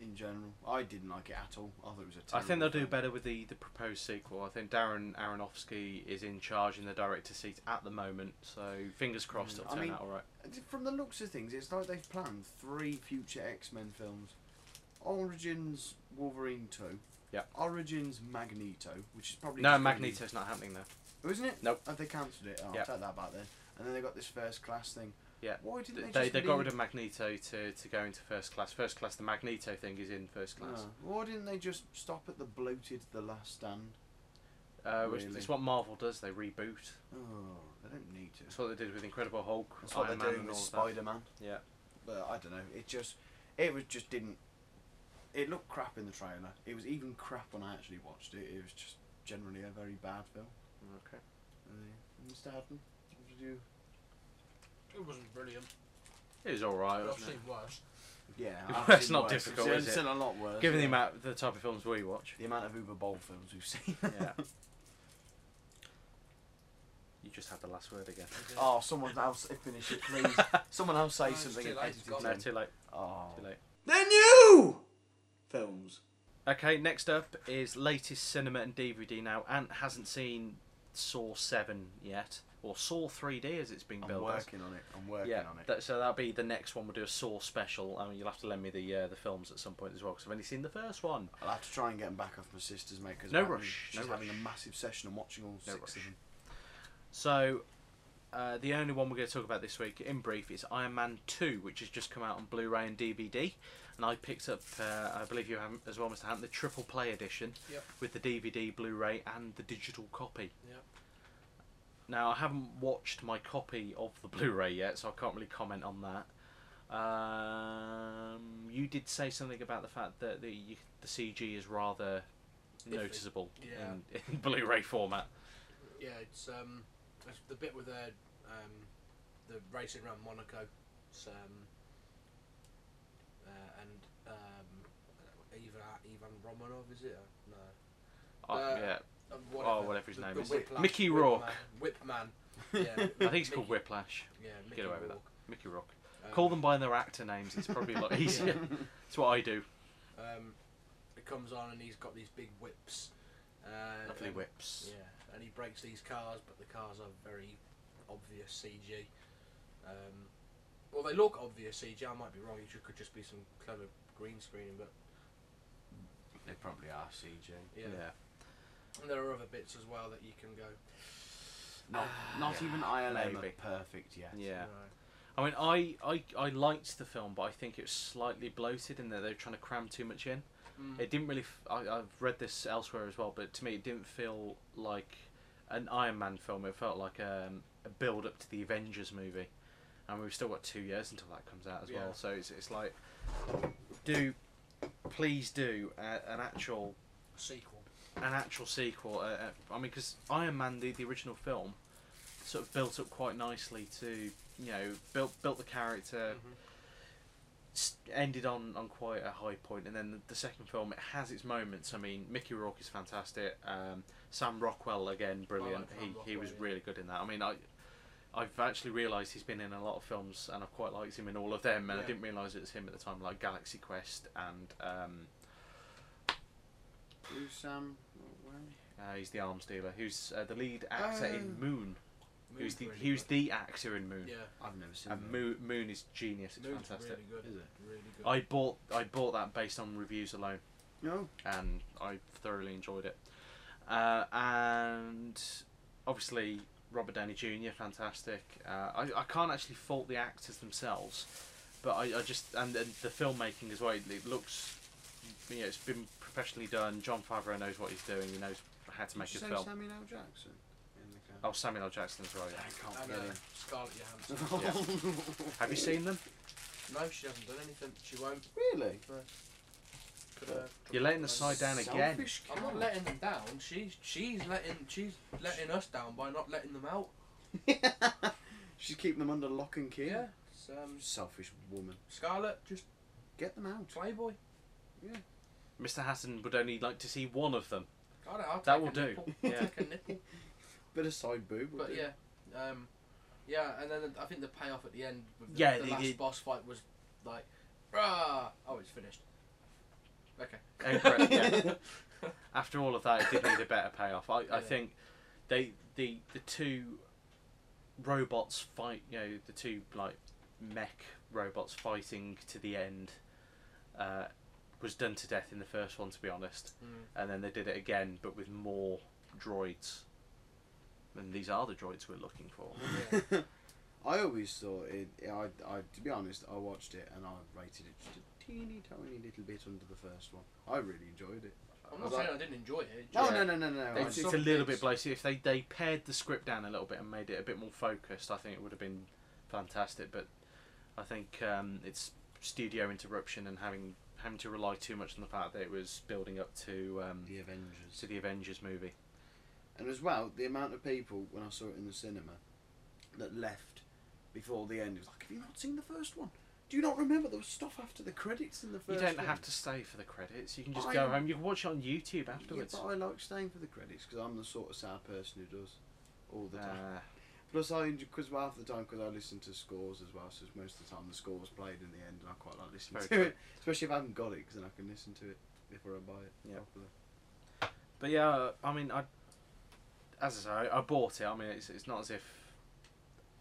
[SPEAKER 3] In general, I didn't like it at all. I thought it was a
[SPEAKER 1] I
[SPEAKER 3] terrible
[SPEAKER 1] think they'll do
[SPEAKER 3] film.
[SPEAKER 1] better with the, the proposed sequel. I think Darren Aronofsky is in charge in the director seat at the moment, so fingers crossed
[SPEAKER 3] Mm.
[SPEAKER 1] it'll
[SPEAKER 3] I
[SPEAKER 1] turn
[SPEAKER 3] mean-
[SPEAKER 1] out all right.
[SPEAKER 3] From the looks of things, it's like they've planned three future X Men films Origins Wolverine 2.
[SPEAKER 1] Yeah.
[SPEAKER 3] Origins Magneto, which is probably.
[SPEAKER 1] No,
[SPEAKER 3] just gonna be-
[SPEAKER 1] Magneto's not happening though.
[SPEAKER 3] Oh, isn't it?
[SPEAKER 1] Nope.
[SPEAKER 3] Have they cancelled it? Oh,
[SPEAKER 1] Yeah.
[SPEAKER 3] Take that back then. And then they got this first class thing.
[SPEAKER 1] Yeah.
[SPEAKER 3] Why didn't they,
[SPEAKER 1] They,
[SPEAKER 3] just
[SPEAKER 1] they got
[SPEAKER 3] leave-
[SPEAKER 1] rid of Magneto to, to go into first class. First class, the Magneto thing is in first class,
[SPEAKER 3] Oh, why didn't they just stop at the bloated The Last Stand?
[SPEAKER 1] uh, which
[SPEAKER 3] Oh, Really?
[SPEAKER 1] is what Marvel does. They reboot.
[SPEAKER 3] Oh, they don't need to.
[SPEAKER 1] That's what they did with Incredible Hulk,
[SPEAKER 3] That's what
[SPEAKER 1] Iron
[SPEAKER 3] they're
[SPEAKER 1] Man,
[SPEAKER 3] doing
[SPEAKER 1] and
[SPEAKER 3] with
[SPEAKER 1] all of
[SPEAKER 3] Spider Man.
[SPEAKER 1] that. Yeah.
[SPEAKER 3] But I don't know. It just, it was just didn't. It looked crap in the trailer. It was even crap when I actually watched it. It was just generally a very bad film.
[SPEAKER 1] Okay.
[SPEAKER 3] Uh, Mr. Haddon, what did you?
[SPEAKER 2] It wasn't brilliant.
[SPEAKER 1] It was all right.
[SPEAKER 2] I've
[SPEAKER 1] Wasn't
[SPEAKER 2] seen
[SPEAKER 1] it?
[SPEAKER 2] worse.
[SPEAKER 3] Yeah,
[SPEAKER 1] Well,
[SPEAKER 3] I've
[SPEAKER 1] that's
[SPEAKER 3] seen
[SPEAKER 1] not
[SPEAKER 3] worse.
[SPEAKER 1] difficult,
[SPEAKER 3] It's
[SPEAKER 1] is it?
[SPEAKER 3] still a lot worse.
[SPEAKER 1] Given the
[SPEAKER 3] yeah.
[SPEAKER 1] amount, the type of films we watch,
[SPEAKER 3] the amount of Uber Bowl films we've seen.
[SPEAKER 1] Yeah. you just had the last word again.
[SPEAKER 3] oh, someone else finish it, please. Someone else say
[SPEAKER 2] No, it's
[SPEAKER 3] something.
[SPEAKER 2] too
[SPEAKER 3] and
[SPEAKER 2] late,
[SPEAKER 3] edit
[SPEAKER 2] it's
[SPEAKER 3] it
[SPEAKER 2] gone.
[SPEAKER 1] no,
[SPEAKER 3] in.
[SPEAKER 1] too late.
[SPEAKER 3] Oh.
[SPEAKER 1] Too late.
[SPEAKER 3] The new films.
[SPEAKER 1] Okay, next up is latest cinema and DVD now. Ant hasn't seen Saw 7 yet, or Saw 3D as it's been
[SPEAKER 3] I'm
[SPEAKER 1] billed as.
[SPEAKER 3] working on it. I'm working
[SPEAKER 1] Yeah,
[SPEAKER 3] on it.
[SPEAKER 1] that, so that'll be the next one. We'll do a Saw special. I mean, you'll have to lend me the uh, the films at some point as well, because I've only seen the first one.
[SPEAKER 3] I'll have to try and get them back off my sister's mate because
[SPEAKER 1] No rush,
[SPEAKER 3] She's
[SPEAKER 1] no
[SPEAKER 3] having
[SPEAKER 1] rush.
[SPEAKER 3] a massive session and watching all
[SPEAKER 1] No
[SPEAKER 3] six
[SPEAKER 1] rush.
[SPEAKER 3] of them.
[SPEAKER 1] So, uh, the only one we're going to talk about this week, in brief, is Iron Man 2, which has just come out on Blu ray and DVD. And I picked up, uh, I believe you have as well, Mr. Hunt, the triple play edition
[SPEAKER 2] Yep.
[SPEAKER 1] with the DVD, Blu ray, and the digital copy.
[SPEAKER 2] Yep.
[SPEAKER 1] Now, I haven't watched my copy of the Blu ray yet, so I can't really comment on that. Um, you did say something about the fact that the, you, the CG is rather
[SPEAKER 2] Iffy.
[SPEAKER 1] noticeable
[SPEAKER 2] Yeah.
[SPEAKER 1] in, in Blu ray format.
[SPEAKER 2] Yeah, it's um, it's the bit with the um, the racing around Monaco, it's, um, uh, and um, Ivan Ivan Romanov is it? No,
[SPEAKER 1] I-
[SPEAKER 2] Uh,
[SPEAKER 1] yeah.
[SPEAKER 2] Uh, whatever,
[SPEAKER 1] Oh, whatever his
[SPEAKER 2] the-
[SPEAKER 1] name
[SPEAKER 2] the
[SPEAKER 1] is.
[SPEAKER 2] Whiplash,
[SPEAKER 1] Mickey
[SPEAKER 2] Whipman-
[SPEAKER 1] Rourke.
[SPEAKER 2] Whipman. Yeah,
[SPEAKER 1] I think it's called
[SPEAKER 2] Mickey-
[SPEAKER 1] Whiplash.
[SPEAKER 2] Yeah, Mickey
[SPEAKER 1] Get away with
[SPEAKER 2] Rourke.
[SPEAKER 1] Mickey Rock.
[SPEAKER 2] Um,
[SPEAKER 1] Call them by their actor names. It's probably a lot easier. That's what I do.
[SPEAKER 2] Um, it comes on and he's got these big whips. Uh,
[SPEAKER 1] Lovely
[SPEAKER 2] and-
[SPEAKER 1] whips.
[SPEAKER 2] Yeah, and he breaks these cars, but the cars are very obvious CG. Um, well, they look obvious CG. I might be wrong. It ju- could just be some clever green screening, but
[SPEAKER 3] They probably are CG.
[SPEAKER 2] yeah. And there are other bits as well that you can go.
[SPEAKER 3] Not, not
[SPEAKER 1] Yeah,
[SPEAKER 3] even ILM
[SPEAKER 1] maybe.
[SPEAKER 3] are perfect yet.
[SPEAKER 1] Yeah. Yeah.
[SPEAKER 2] "No."
[SPEAKER 1] I mean, I, I, I liked the film, but I think it was slightly bloated in that they were trying to cram too much in.
[SPEAKER 2] Mm.
[SPEAKER 1] It didn't really. F- I, I've read this elsewhere as well, but to me, it didn't feel like an Iron Man film. It felt like um, a build up to the Avengers movie, and we've still got two years until that comes out as
[SPEAKER 2] Yeah.
[SPEAKER 1] well. So it's it's like, do, please do a, an actual
[SPEAKER 2] Sequel.
[SPEAKER 1] an actual sequel. Uh, uh, I mean, because Iron Man, the, the original film, sort of built up quite nicely to you know built built the character,
[SPEAKER 2] Mhm.
[SPEAKER 1] s ended on on quite a high point, and then the, the second film it has its moments. I mean, Mickey Rourke is fantastic. Um, Sam Rockwell again, brilliant.
[SPEAKER 2] Sam
[SPEAKER 1] he he
[SPEAKER 2] Rockwell,
[SPEAKER 1] was
[SPEAKER 2] yeah.
[SPEAKER 1] really good in that. I mean, I. I've actually realised he's been in a lot of films, and I've quite liked him in all of them. And I
[SPEAKER 2] Yeah.
[SPEAKER 1] didn't realise it was him at the time, like Galaxy Quest and um,
[SPEAKER 3] Who's Sam? Where?
[SPEAKER 1] uh, he's the arms dealer, who's uh, the lead actor in
[SPEAKER 3] Oh.
[SPEAKER 1] Moon. Who's the
[SPEAKER 2] Moon's really
[SPEAKER 1] he was
[SPEAKER 2] good.
[SPEAKER 1] the actor in Moon.
[SPEAKER 2] Yeah.
[SPEAKER 3] I've never seen
[SPEAKER 1] And Moon, Moon is genius. It's
[SPEAKER 2] Moon's
[SPEAKER 1] fantastic.
[SPEAKER 2] really good.
[SPEAKER 3] Is it?
[SPEAKER 2] Really good.
[SPEAKER 1] I bought I bought that based on reviews alone,
[SPEAKER 3] No.
[SPEAKER 1] and I thoroughly enjoyed it. Uh, and obviously Robert Downey Jr. fantastic. Uh, I I can't actually fault the actors themselves, but I, I just and, and the filmmaking as well. It looks you know it's been professionally done. John Favreau knows what he's doing. He knows how to make
[SPEAKER 3] Did you
[SPEAKER 1] his
[SPEAKER 3] say
[SPEAKER 1] film.
[SPEAKER 3] Samuel L. Jackson. In the cast?
[SPEAKER 1] oh, Samuel L. Jackson's right.
[SPEAKER 3] I can't
[SPEAKER 2] And, uh, Scarlett Johansson.
[SPEAKER 1] Yeah. Have you seen them?
[SPEAKER 2] no, she hasn't done anything. She won't.
[SPEAKER 3] Really?
[SPEAKER 2] Could, uh,
[SPEAKER 1] You're letting the side down again.
[SPEAKER 3] Selfish
[SPEAKER 2] I'm not
[SPEAKER 3] cow.
[SPEAKER 2] letting them down. She's she's letting she's letting us down by not letting them out.
[SPEAKER 3] She's keeping them under lock and key.
[SPEAKER 2] Yeah. It's, um,
[SPEAKER 3] Selfish woman.
[SPEAKER 2] Scarlett, just
[SPEAKER 3] Get them out.
[SPEAKER 2] Playboy.
[SPEAKER 1] Mr. Hatton would only like to see one of them.
[SPEAKER 2] God, I'll take
[SPEAKER 1] That
[SPEAKER 2] a
[SPEAKER 1] will do.
[SPEAKER 2] nipple.
[SPEAKER 1] Yeah.
[SPEAKER 2] Take a nipple.
[SPEAKER 3] Bit of side boob. will
[SPEAKER 2] But
[SPEAKER 3] do.
[SPEAKER 2] yeah, um, yeah, and then I think the payoff at the end with the,
[SPEAKER 1] Yeah,
[SPEAKER 2] the
[SPEAKER 1] they
[SPEAKER 2] last
[SPEAKER 1] did.
[SPEAKER 2] boss fight was like, rah! Oh, it's finished. Okay.
[SPEAKER 1] Oh, correct, yeah. After all of that, it did need a better payoff. I,
[SPEAKER 2] Yeah.
[SPEAKER 1] I think they the the two robots fight. You know, the two like mech robots fighting to the end uh, was done to death in the first one, to be honest.
[SPEAKER 2] Mm.
[SPEAKER 1] And then they did it again, but with more droids. And these are the droids we're looking for.
[SPEAKER 2] Yeah.
[SPEAKER 3] I always thought it. I, I, to be honest, I watched it and I rated it just a teeny tiny little bit under the first one. I really enjoyed it.
[SPEAKER 2] I'm not
[SPEAKER 3] I-
[SPEAKER 2] saying I didn't enjoy it. it
[SPEAKER 3] No,
[SPEAKER 2] just-
[SPEAKER 1] Yeah.
[SPEAKER 3] no, no, no, no. I
[SPEAKER 1] It's,
[SPEAKER 2] They-
[SPEAKER 3] just-
[SPEAKER 1] it's a
[SPEAKER 2] some
[SPEAKER 1] little
[SPEAKER 2] things-
[SPEAKER 1] bit bloated. If they, they pared the script down a little bit and made it a bit more focused, I think it would have been fantastic. But I think um, it's studio interruption and having having to rely too much on the fact that it was building up to um,
[SPEAKER 3] the Avengers.
[SPEAKER 1] to the Avengers movie.
[SPEAKER 3] And as well, the amount of people when I saw it in the cinema that left before the end it was like, "Have you not seen the first one? Do you not remember there was stuff after the credits in the
[SPEAKER 1] You
[SPEAKER 3] first?"
[SPEAKER 1] don't
[SPEAKER 3] one?
[SPEAKER 1] have to stay for the credits. You can just
[SPEAKER 3] I-
[SPEAKER 1] go home. You can watch it on YouTube
[SPEAKER 3] Yeah,
[SPEAKER 1] afterwards.
[SPEAKER 3] but I like staying for the credits because I'm the sort of sad person who does all the time.
[SPEAKER 1] Uh,
[SPEAKER 3] Plus, I because half the time because I listen to scores as well, so it's most of the time the score's played in the end, and I quite like listening
[SPEAKER 1] Very
[SPEAKER 3] to
[SPEAKER 1] true.
[SPEAKER 3] it, especially if I haven't got it, because then I can listen to it before I buy it.
[SPEAKER 1] Yeah.
[SPEAKER 3] properly.
[SPEAKER 1] But yeah, I mean, I as I say, I, I bought it. I mean, it's, it's not as if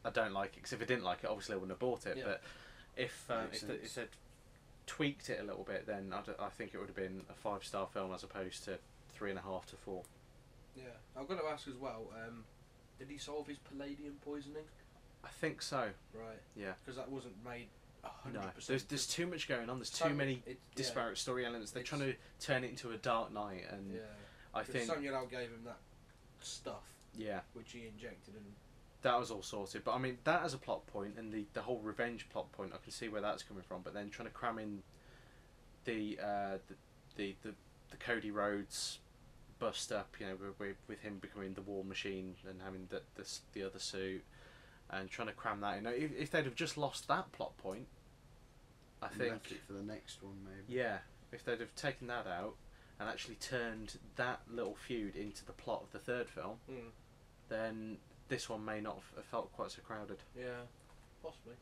[SPEAKER 1] I don't like it. Because if I didn't like it, obviously I wouldn't have bought it.
[SPEAKER 2] Yeah.
[SPEAKER 1] But if uh,
[SPEAKER 3] Makes
[SPEAKER 1] if, the,
[SPEAKER 3] sense.
[SPEAKER 1] if they'd tweaked it a little bit, then I'd, I think it would have been a five star film as opposed to three and a half to four.
[SPEAKER 2] Yeah. I've got to ask as well. Um, did he solve his palladium poisoning?
[SPEAKER 1] I think so.
[SPEAKER 2] Right.
[SPEAKER 1] Yeah.
[SPEAKER 2] Because that wasn't made. a hundred
[SPEAKER 1] No,
[SPEAKER 2] percent.
[SPEAKER 1] there's there's too much going on. There's
[SPEAKER 2] So
[SPEAKER 1] too many
[SPEAKER 2] it- yeah,
[SPEAKER 1] disparate story elements. They're
[SPEAKER 2] It's-
[SPEAKER 1] trying to turn it into a Dark Knight, and
[SPEAKER 2] Yeah.
[SPEAKER 1] I
[SPEAKER 2] Because
[SPEAKER 1] think
[SPEAKER 2] Samuel L. gave him that stuff
[SPEAKER 1] yeah,
[SPEAKER 2] which he injected and
[SPEAKER 1] that was all sorted. But I mean, that as a plot point and the, the whole revenge plot point, I can see where that's coming from. But then trying to cram in the uh, the, the the the Cody Rhodes bust up, you know, with, with, with him becoming the War Machine and having the the, s- the other suit, and trying to cram that in. If, if they'd have just lost that plot point, I
[SPEAKER 3] And
[SPEAKER 1] think
[SPEAKER 3] left it for the next one maybe.
[SPEAKER 1] yeah, if they'd have taken that out and actually turned that little feud into the plot of the third film,
[SPEAKER 3] Hmm.
[SPEAKER 2] Mm.
[SPEAKER 1] then this one may not have felt quite so crowded.
[SPEAKER 2] yeah, possibly.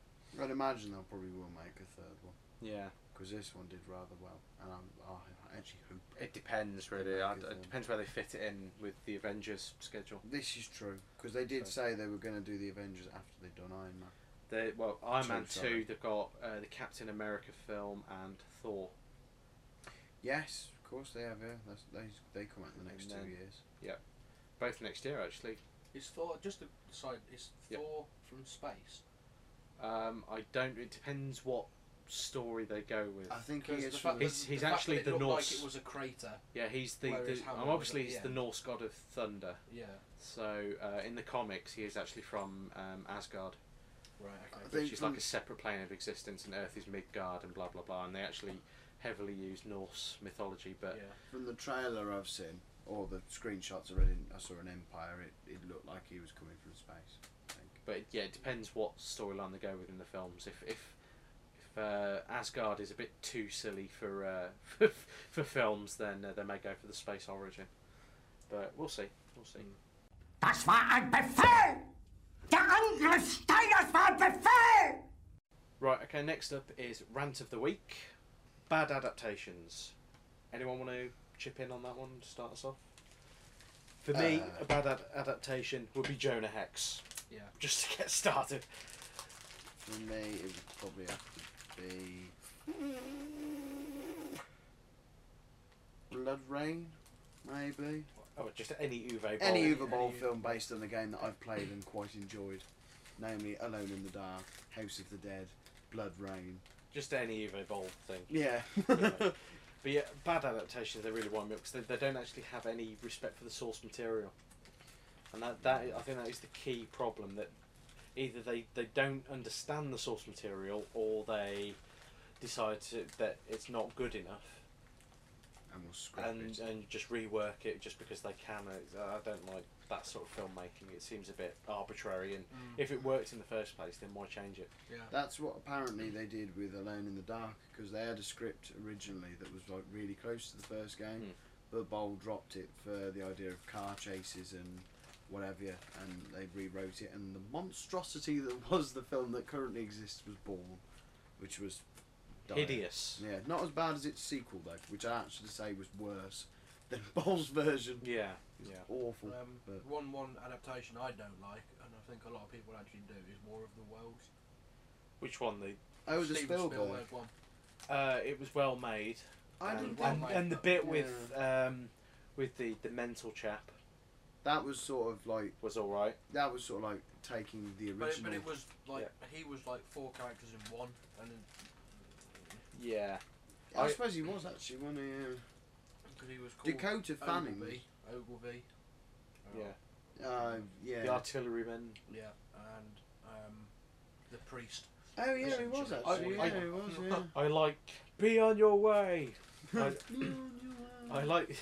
[SPEAKER 3] I'd imagine they'll probably will make a third one
[SPEAKER 1] Yeah,
[SPEAKER 3] because this one did rather well, and I'm, I actually hope
[SPEAKER 1] it depends really. I,
[SPEAKER 3] Because, um,
[SPEAKER 1] it depends where they fit it in with the Avengers schedule.
[SPEAKER 3] this is true because they did say they were going to do the Avengers after they'd done Iron Man.
[SPEAKER 1] They well, Iron
[SPEAKER 3] Two,
[SPEAKER 1] Man
[SPEAKER 3] sorry.
[SPEAKER 1] two. They've got uh, the Captain America film and Thor.
[SPEAKER 3] Yes, of course they have. Yeah, That's, they they come out in the next
[SPEAKER 1] And
[SPEAKER 3] two
[SPEAKER 1] then-
[SPEAKER 3] years.
[SPEAKER 1] Both next year actually.
[SPEAKER 2] Is Thor just a side? Is
[SPEAKER 1] Yeah.
[SPEAKER 2] Thor from space?
[SPEAKER 1] Um, I don't. It depends what story they go with.
[SPEAKER 3] I think he
[SPEAKER 2] Because
[SPEAKER 3] is.
[SPEAKER 2] the fact
[SPEAKER 3] from-
[SPEAKER 2] that-
[SPEAKER 1] He's-
[SPEAKER 2] the
[SPEAKER 1] he's
[SPEAKER 2] fact that
[SPEAKER 1] actually
[SPEAKER 2] it
[SPEAKER 1] the
[SPEAKER 2] looked
[SPEAKER 1] Norse.
[SPEAKER 2] Like it was a crater.
[SPEAKER 1] yeah, he's the.
[SPEAKER 2] Whereas
[SPEAKER 1] the
[SPEAKER 2] Hamlet
[SPEAKER 1] um,
[SPEAKER 2] was
[SPEAKER 1] obviously,
[SPEAKER 2] at the
[SPEAKER 1] he's the
[SPEAKER 2] end.
[SPEAKER 1] Norse god of thunder.
[SPEAKER 2] Yeah.
[SPEAKER 1] So uh, in the comics, he is actually from um, Asgard,
[SPEAKER 2] Right.
[SPEAKER 3] I
[SPEAKER 2] Okay.
[SPEAKER 3] think
[SPEAKER 1] which is like
[SPEAKER 3] from-
[SPEAKER 1] a separate plane of existence, and Earth is Midgard, and blah blah blah. And they actually heavily use Norse mythology, but
[SPEAKER 2] yeah.
[SPEAKER 3] From the trailer I've seen, or the screenshots I read, in, I saw an empire. It, it looked like he was coming from space. I think.
[SPEAKER 1] But yeah, it depends what storyline they go with in the films. If if if uh, Asgard is a bit too silly for uh, for, for films, then uh, they may go for the space origin. But we'll see. We'll see.
[SPEAKER 4] Das war ein Befehl! Der Angriff Steiners war ein Befehl!
[SPEAKER 1] Right. Okay. Next up is rant of the week. Bad adaptations. Anyone want to chip in on that one to start us off? For me,
[SPEAKER 3] Uh.
[SPEAKER 1] a bad ad- adaptation would be Jonah Hex.
[SPEAKER 2] Yeah.
[SPEAKER 1] Just to get started.
[SPEAKER 3] For me, it would probably have to be Blood Rain, maybe.
[SPEAKER 1] Oh, just any Uwe Boll.
[SPEAKER 3] Any Uwe Boll
[SPEAKER 2] Any-
[SPEAKER 3] film based on the game that I've played and quite enjoyed, namely Alone in the Dark, House of the Dead, Blood Rain.
[SPEAKER 1] Just any Uwe Boll thing.
[SPEAKER 3] Yeah.
[SPEAKER 1] But yeah, bad adaptations. They really wind me up because they, they don't actually have any respect for the source material, and that that I think that is the key problem. That either they, they don't understand the source material or they decide to, that it's not good enough
[SPEAKER 3] and we'll scrap
[SPEAKER 1] and
[SPEAKER 3] it.
[SPEAKER 1] and just rework it just because they can. It's- I don't like that sort of filmmaking. It seems a bit arbitrary. And
[SPEAKER 2] Mm.
[SPEAKER 1] if it worked in the first place, then why change it?
[SPEAKER 2] Yeah.
[SPEAKER 3] That's what apparently they did with Alone in the Dark because they had a script originally that was like really close to the first game,
[SPEAKER 1] Hmm.
[SPEAKER 3] but Bowl dropped it for the idea of car chases and whatever, and they rewrote it. And the monstrosity that was the film that currently exists was born, which was dire.
[SPEAKER 1] Hideous.
[SPEAKER 3] Yeah, not as bad as its sequel though, which I actually say was worse than Bowl's version.
[SPEAKER 1] Yeah.
[SPEAKER 3] It's
[SPEAKER 1] Yeah.
[SPEAKER 3] awful.
[SPEAKER 2] Um,
[SPEAKER 3] but-
[SPEAKER 2] one one adaptation I don't like, and I think a lot of people actually do, is War of the Worlds.
[SPEAKER 1] Which one? The
[SPEAKER 3] oh, the
[SPEAKER 2] Steven
[SPEAKER 3] Spielberg.
[SPEAKER 2] one.
[SPEAKER 1] uh, it was well made.
[SPEAKER 3] I
[SPEAKER 1] and,
[SPEAKER 3] didn't.
[SPEAKER 2] Well
[SPEAKER 1] and,
[SPEAKER 2] made.
[SPEAKER 1] and the bit with um, with the the mental chap
[SPEAKER 3] That was sort of like
[SPEAKER 1] was all right.
[SPEAKER 3] that was sort of like taking the original.
[SPEAKER 2] But it, but it was like he was like four characters in one, and
[SPEAKER 1] Yeah.
[SPEAKER 3] I,
[SPEAKER 1] I-
[SPEAKER 3] suppose he was actually one of
[SPEAKER 2] because he was called
[SPEAKER 3] Dakota Fanning.
[SPEAKER 2] Ogilvy. Ogilvy. Uh,
[SPEAKER 1] Yeah.
[SPEAKER 3] Uh, yeah.
[SPEAKER 1] The artilleryman.
[SPEAKER 2] Yeah, and um, the priest.
[SPEAKER 3] oh yeah, he was
[SPEAKER 2] Essentially.
[SPEAKER 3] actually.
[SPEAKER 1] I-
[SPEAKER 3] yeah, he was. Yeah.
[SPEAKER 1] I like be on your way. I- I
[SPEAKER 3] I,
[SPEAKER 1] like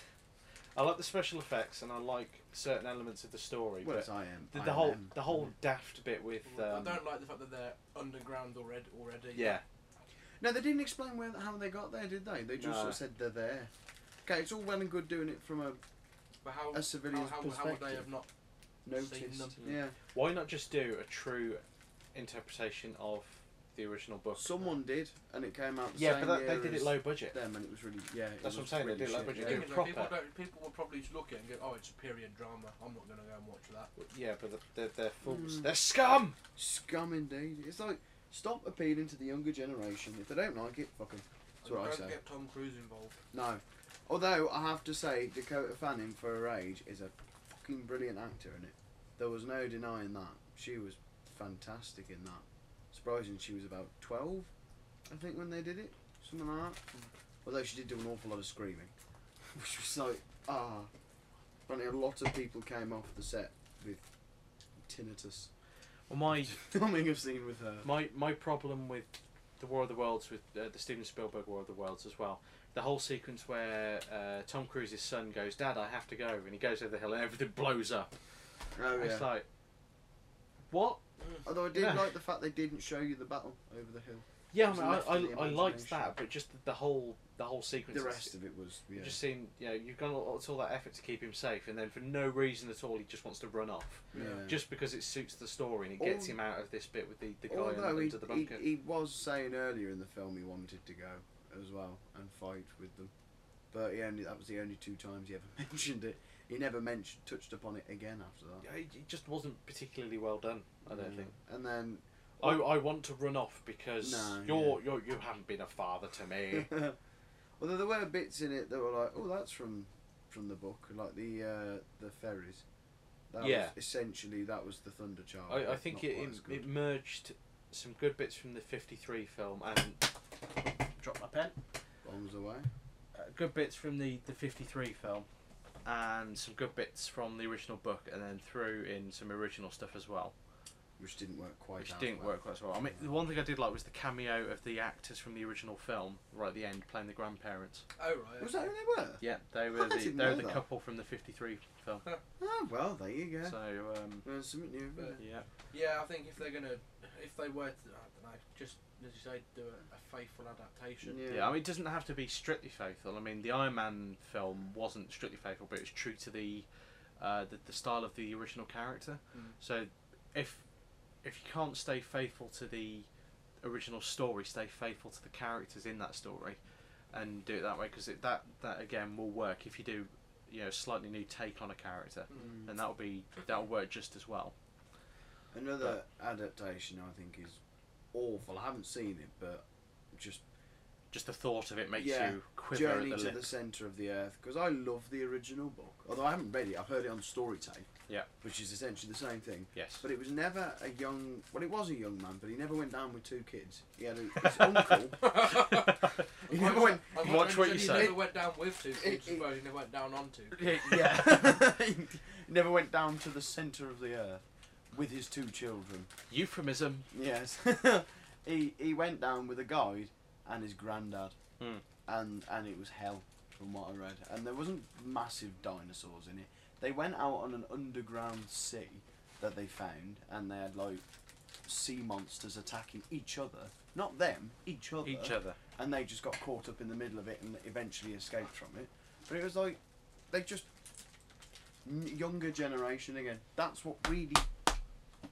[SPEAKER 1] I like the special effects and I like certain elements of the story.
[SPEAKER 3] well,
[SPEAKER 1] but
[SPEAKER 3] it's I am.
[SPEAKER 1] the,
[SPEAKER 3] I
[SPEAKER 1] the whole
[SPEAKER 3] am.
[SPEAKER 1] the whole daft bit with um,
[SPEAKER 2] I don't like the fact that they're underground already. Already.
[SPEAKER 1] yeah
[SPEAKER 3] No, they didn't explain where how they got there, did they? They just
[SPEAKER 1] No.
[SPEAKER 3] sort of said they're there. Okay, it's all well and good doing it from a
[SPEAKER 2] But how?
[SPEAKER 3] A civilian's
[SPEAKER 2] how, how, how would they
[SPEAKER 3] perspective.
[SPEAKER 2] have not?
[SPEAKER 3] notice.
[SPEAKER 2] them.
[SPEAKER 3] Yeah.
[SPEAKER 1] why not just do a true interpretation of the original book?
[SPEAKER 3] Someone did, and it came out. The
[SPEAKER 1] yeah, but
[SPEAKER 3] same
[SPEAKER 1] that,
[SPEAKER 3] year
[SPEAKER 1] they did
[SPEAKER 3] as
[SPEAKER 1] it low budget.
[SPEAKER 3] Them and it was really yeah. it
[SPEAKER 1] That's what
[SPEAKER 3] was
[SPEAKER 1] I'm saying, they
[SPEAKER 3] really
[SPEAKER 1] did it, like,
[SPEAKER 3] shit,
[SPEAKER 1] but you
[SPEAKER 3] yeah.
[SPEAKER 1] didn't-
[SPEAKER 2] Even though
[SPEAKER 1] proper.
[SPEAKER 2] people don't. People will probably just look at it and go, "Oh, it's a period drama. I'm not going to go and watch that."
[SPEAKER 1] Yeah, but they're they're fools.
[SPEAKER 3] Mm.
[SPEAKER 1] They're scum.
[SPEAKER 3] Scum indeed. It's like stop appealing to the younger generation. If they don't like it, fuck 'em. That's
[SPEAKER 2] And
[SPEAKER 3] what I
[SPEAKER 2] don't
[SPEAKER 3] say.
[SPEAKER 2] get Tom Cruise involved.
[SPEAKER 3] No. Although I have to say, Dakota Fanning for her age is a fucking brilliant actor in it. There was no denying that. She was fantastic in that. Surprising she was about twelve, I think, when they did it. Something like that. Although she did do an awful lot of screaming. Which was like ah apparently a lot of people came off the set with tinnitus.
[SPEAKER 1] Well, my
[SPEAKER 3] Filming a scene with her.
[SPEAKER 1] my my problem with the War of the Worlds with uh, the Steven Spielberg War of the Worlds as well. The whole sequence where uh, Tom Cruise's son goes, "Dad, I have to go," and he goes over the hill and everything blows up.
[SPEAKER 3] Oh
[SPEAKER 1] It's
[SPEAKER 3] yeah.
[SPEAKER 1] like, what?
[SPEAKER 3] Although I did
[SPEAKER 1] Yeah.
[SPEAKER 3] like the fact they didn't show you the battle over the hill.
[SPEAKER 1] Yeah, I,
[SPEAKER 3] It's
[SPEAKER 1] mean, I,
[SPEAKER 3] left to
[SPEAKER 1] I,
[SPEAKER 3] the
[SPEAKER 1] I liked
[SPEAKER 3] imagination.
[SPEAKER 1] that, but just the whole the whole sequence.
[SPEAKER 3] The
[SPEAKER 1] is-
[SPEAKER 3] rest of it was yeah.
[SPEAKER 1] It just seemed, you know, you've gone all, it's all that effort to keep him safe, and then for no reason at all, he just wants to run off,
[SPEAKER 3] Yeah.
[SPEAKER 1] just because it suits the story and it gets
[SPEAKER 3] Al-
[SPEAKER 1] him out of this bit with the, the guy on-
[SPEAKER 3] Although
[SPEAKER 1] under
[SPEAKER 3] he,
[SPEAKER 1] the
[SPEAKER 3] he,
[SPEAKER 1] bunker.
[SPEAKER 3] he was saying earlier in the film he wanted to go as well and fight with them, but he only that was the only two times he ever mentioned it. He never mentioned touched upon it again after that.
[SPEAKER 1] Yeah, it it just wasn't particularly well done. I don't
[SPEAKER 3] Yeah.
[SPEAKER 1] think.
[SPEAKER 3] And then
[SPEAKER 1] I, I want to run off because
[SPEAKER 3] No,
[SPEAKER 1] you're you're you haven't been a father to me.
[SPEAKER 3] Although there were bits in it that were like, oh, that's from from the book, like the uh, the ferries. That
[SPEAKER 1] Yeah.
[SPEAKER 3] Was essentially, that was the Thunder Child.
[SPEAKER 1] I, I
[SPEAKER 3] but
[SPEAKER 1] think
[SPEAKER 3] Oh, not
[SPEAKER 1] it
[SPEAKER 3] quite
[SPEAKER 1] it,
[SPEAKER 3] as good.
[SPEAKER 1] it merged some good bits from the '53 film and drop my pen.
[SPEAKER 3] bombs away.
[SPEAKER 1] uh, good bits from the the 53 film and some good bits from the original book and then threw in some original stuff as well
[SPEAKER 3] Which didn't work quite.
[SPEAKER 1] which
[SPEAKER 3] as
[SPEAKER 1] didn't
[SPEAKER 3] well.
[SPEAKER 1] work quite as well i mean the one thing i did like was the cameo of the actors from the original film right at the end playing the grandparents
[SPEAKER 2] Oh right.
[SPEAKER 3] Was that who they were?
[SPEAKER 1] yeah they
[SPEAKER 3] I
[SPEAKER 1] were the,
[SPEAKER 3] didn't
[SPEAKER 1] they were
[SPEAKER 3] know
[SPEAKER 1] the
[SPEAKER 3] that.
[SPEAKER 1] couple from the 53 film
[SPEAKER 3] Oh well, there you go.
[SPEAKER 1] so um,
[SPEAKER 3] There's something new. isn't it?
[SPEAKER 1] yeah
[SPEAKER 2] Yeah, I think if they're gonna, if they were, to, I don't know, just as you say, do a, a faithful adaptation.
[SPEAKER 1] yeah i mean it doesn't have to be strictly faithful i mean the iron man film wasn't strictly faithful but it was true to the uh, the, the style of the original character
[SPEAKER 2] Mm.
[SPEAKER 1] so if if you can't stay faithful to the original story, stay faithful to the characters in that story, and do it that way because that that again will work. If you do, you know, a slightly new take on a character,
[SPEAKER 2] Mm.
[SPEAKER 1] then that'll be that'll work just as well.
[SPEAKER 3] Another adaptation I think is awful. I haven't seen it, but just
[SPEAKER 1] Just the thought of it makes
[SPEAKER 3] Yeah.
[SPEAKER 1] you quiver
[SPEAKER 3] Journey
[SPEAKER 1] at the
[SPEAKER 3] to
[SPEAKER 1] lip.
[SPEAKER 3] the Centre of the Earth because I love the original book. Although I haven't read it, I've heard it on Storytape.
[SPEAKER 1] Yeah.
[SPEAKER 3] Which is essentially the same thing.
[SPEAKER 1] yes.
[SPEAKER 3] But it was never a young. Well, it was a young man, but he never went down with two kids. He had a, his uncle. You never went.
[SPEAKER 2] I
[SPEAKER 1] Watch
[SPEAKER 2] wonder
[SPEAKER 1] what you
[SPEAKER 2] if he
[SPEAKER 1] say.
[SPEAKER 2] Never went down with two
[SPEAKER 3] It-
[SPEAKER 2] feet.
[SPEAKER 3] it-
[SPEAKER 2] Well, he never went down on two.
[SPEAKER 3] Yeah. You never went down to the centre of the earth with his two children.
[SPEAKER 1] Euphemism.
[SPEAKER 3] Yes. he he went down with a guide and his granddad,
[SPEAKER 1] Hmm.
[SPEAKER 3] and and it was hell from what I read. And there wasn't massive dinosaurs in it. They went out on an underground sea that they found, and they had like sea monsters attacking each other. Not them, each other.
[SPEAKER 1] Each other.
[SPEAKER 3] And they just got caught up in the middle of it and eventually escaped from it. But it was like they just n- younger generation again. That's what really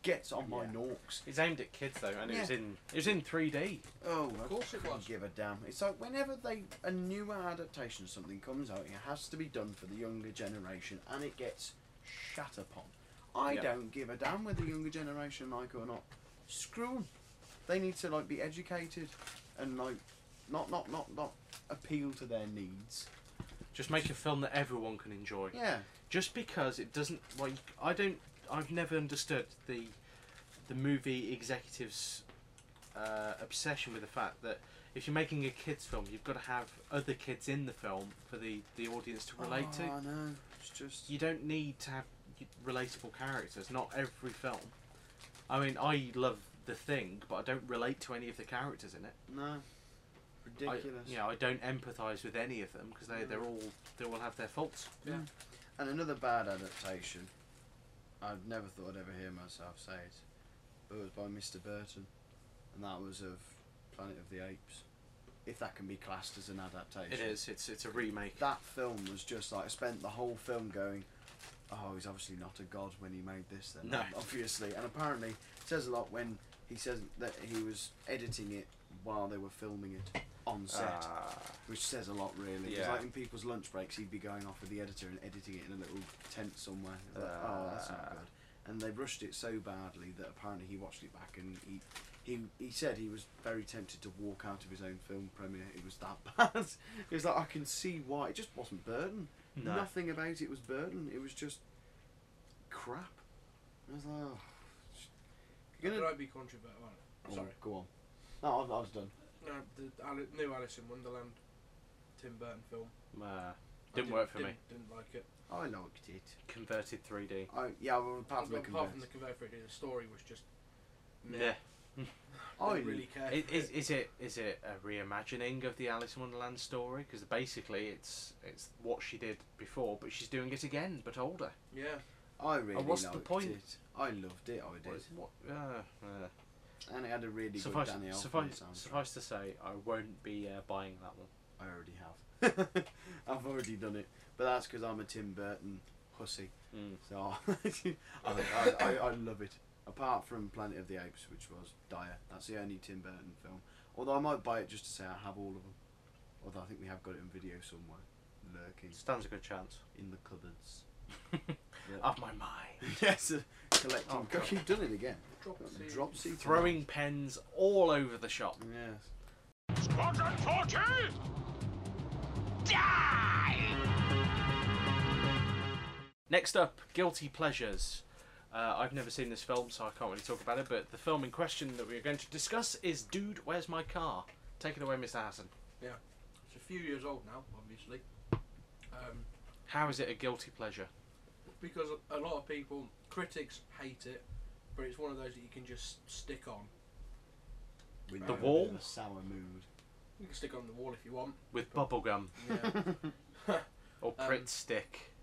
[SPEAKER 3] gets on my
[SPEAKER 1] Yeah.
[SPEAKER 3] norks.
[SPEAKER 1] It's aimed at kids though, and it was
[SPEAKER 3] Yeah.
[SPEAKER 1] in it was in 3D.
[SPEAKER 3] Oh,
[SPEAKER 2] Of course it was.
[SPEAKER 3] Give a damn. It's like whenever they a newer adaptation of something comes out, it has to be done for the younger generation, and it gets shat upon. I
[SPEAKER 1] Yeah.
[SPEAKER 3] don't give a damn whether the younger generation like it or not. Screw 'em. They need to like be educated, and like not not not not appeal to their needs.
[SPEAKER 1] Just make a film that everyone can enjoy.
[SPEAKER 3] Yeah.
[SPEAKER 1] Just because it doesn't like I don't I've never understood the the movie executives uh, obsession with the fact that if you're making a kids film, you've got to have other kids in the film for the the audience to relate to.
[SPEAKER 3] Oh, I know. It's just.
[SPEAKER 1] you don't need to have relatable characters. Not every film. I mean, I love The Thing, but I don't relate to any of the characters in it.
[SPEAKER 3] No.
[SPEAKER 1] I,
[SPEAKER 3] Ridiculous.
[SPEAKER 1] you know, I don't empathise with any of them because they they're all they all have their faults.
[SPEAKER 3] And another bad adaptation, I'd never thought I'd ever hear myself say it, but it was by Mr. Burton, and that was of Planet of the Apes. If that can be classed as an adaptation.
[SPEAKER 1] It is. It's it's a remake.
[SPEAKER 3] That film was just like, I spent the whole film going, oh, he's obviously not a god when he made this then.
[SPEAKER 1] No.
[SPEAKER 3] Obviously. And apparently, it says a lot when he says that he was editing it while they were filming it on set
[SPEAKER 1] Ah.
[SPEAKER 3] which says a lot really. 'cause,
[SPEAKER 1] Yeah.
[SPEAKER 3] like in people's lunch breaks, he'd be going off with the editor and editing it in a little tent somewhere. It's like, oh, that's not
[SPEAKER 1] Ah.
[SPEAKER 3] good. And they rushed it so badly that apparently he watched it back and he, he, he said he was very tempted to walk out of his own film premiere. It was that bad. it was like I can see why it just wasn't Burton.
[SPEAKER 1] no.
[SPEAKER 3] Nothing about it was Burton. It was just crap. I was like, oh, you're
[SPEAKER 2] It
[SPEAKER 3] gonna
[SPEAKER 2] might be controversial. well,
[SPEAKER 3] oh,
[SPEAKER 2] Sorry.
[SPEAKER 3] go on. No, I, I was done.
[SPEAKER 2] No, the Ali- new Alice in Wonderland, Tim Burton film.
[SPEAKER 1] Uh,
[SPEAKER 2] I
[SPEAKER 1] didn't work for
[SPEAKER 2] didn't,
[SPEAKER 1] me.
[SPEAKER 2] Didn't like it.
[SPEAKER 3] I liked it.
[SPEAKER 1] Converted 3D.
[SPEAKER 3] I, yeah, well, apart from the
[SPEAKER 2] apart
[SPEAKER 3] convert.
[SPEAKER 2] from the convert for it, the story was just. meh.
[SPEAKER 1] Yeah.
[SPEAKER 3] I
[SPEAKER 2] Didn't really care.
[SPEAKER 1] I- Is, is it is it a reimagining of the Alice in Wonderland story? Because basically it's it's what she did before, but she's doing it again, but older.
[SPEAKER 2] Yeah.
[SPEAKER 3] I really
[SPEAKER 1] what's the
[SPEAKER 3] liked
[SPEAKER 1] point?
[SPEAKER 3] it. I loved it. I did,
[SPEAKER 1] What? what uh, uh,
[SPEAKER 3] and it had a really
[SPEAKER 1] suffice,
[SPEAKER 3] good Danny Elfman
[SPEAKER 1] suffice,
[SPEAKER 3] soundtrack.
[SPEAKER 1] suffice to say, I won't be uh, buying that one.
[SPEAKER 3] I already have. I've already done it, but that's because I'm a Tim Burton hussy. So I, I, I, I love it. Apart from Planet of the Apes, which was dire. That's the only Tim Burton film. Although I might buy it just to say I have all of them. Although I think we have got it in video somewhere, lurking
[SPEAKER 1] Stands a good chance.
[SPEAKER 3] in the cupboards.
[SPEAKER 1] Of my mind.
[SPEAKER 3] yes, uh, collecting.
[SPEAKER 1] Oh, God.
[SPEAKER 3] you've done it again.
[SPEAKER 2] Drop the
[SPEAKER 3] Drop seat.
[SPEAKER 1] Throwing pens all over the shop.
[SPEAKER 3] Yes.
[SPEAKER 4] Squadron 14! Die!
[SPEAKER 1] Next up, Guilty Pleasures. Uh, I've never seen this film, so I can't really talk about it, but the film in question that we are going to discuss is Dude, Where's My Car? Take it away, Mr. Hassan.
[SPEAKER 2] It's a few years old now, obviously. Um,
[SPEAKER 1] How is it a guilty pleasure?
[SPEAKER 2] because a lot of people, critics hate it, but it's one of those that you can just stick on.
[SPEAKER 3] We
[SPEAKER 2] The
[SPEAKER 3] know I'm
[SPEAKER 1] wall?
[SPEAKER 3] in a sour mood.
[SPEAKER 2] You can stick it on the wall if you want,
[SPEAKER 1] With bubblegum
[SPEAKER 2] yeah,
[SPEAKER 1] or Pritt
[SPEAKER 2] Um,
[SPEAKER 1] stick?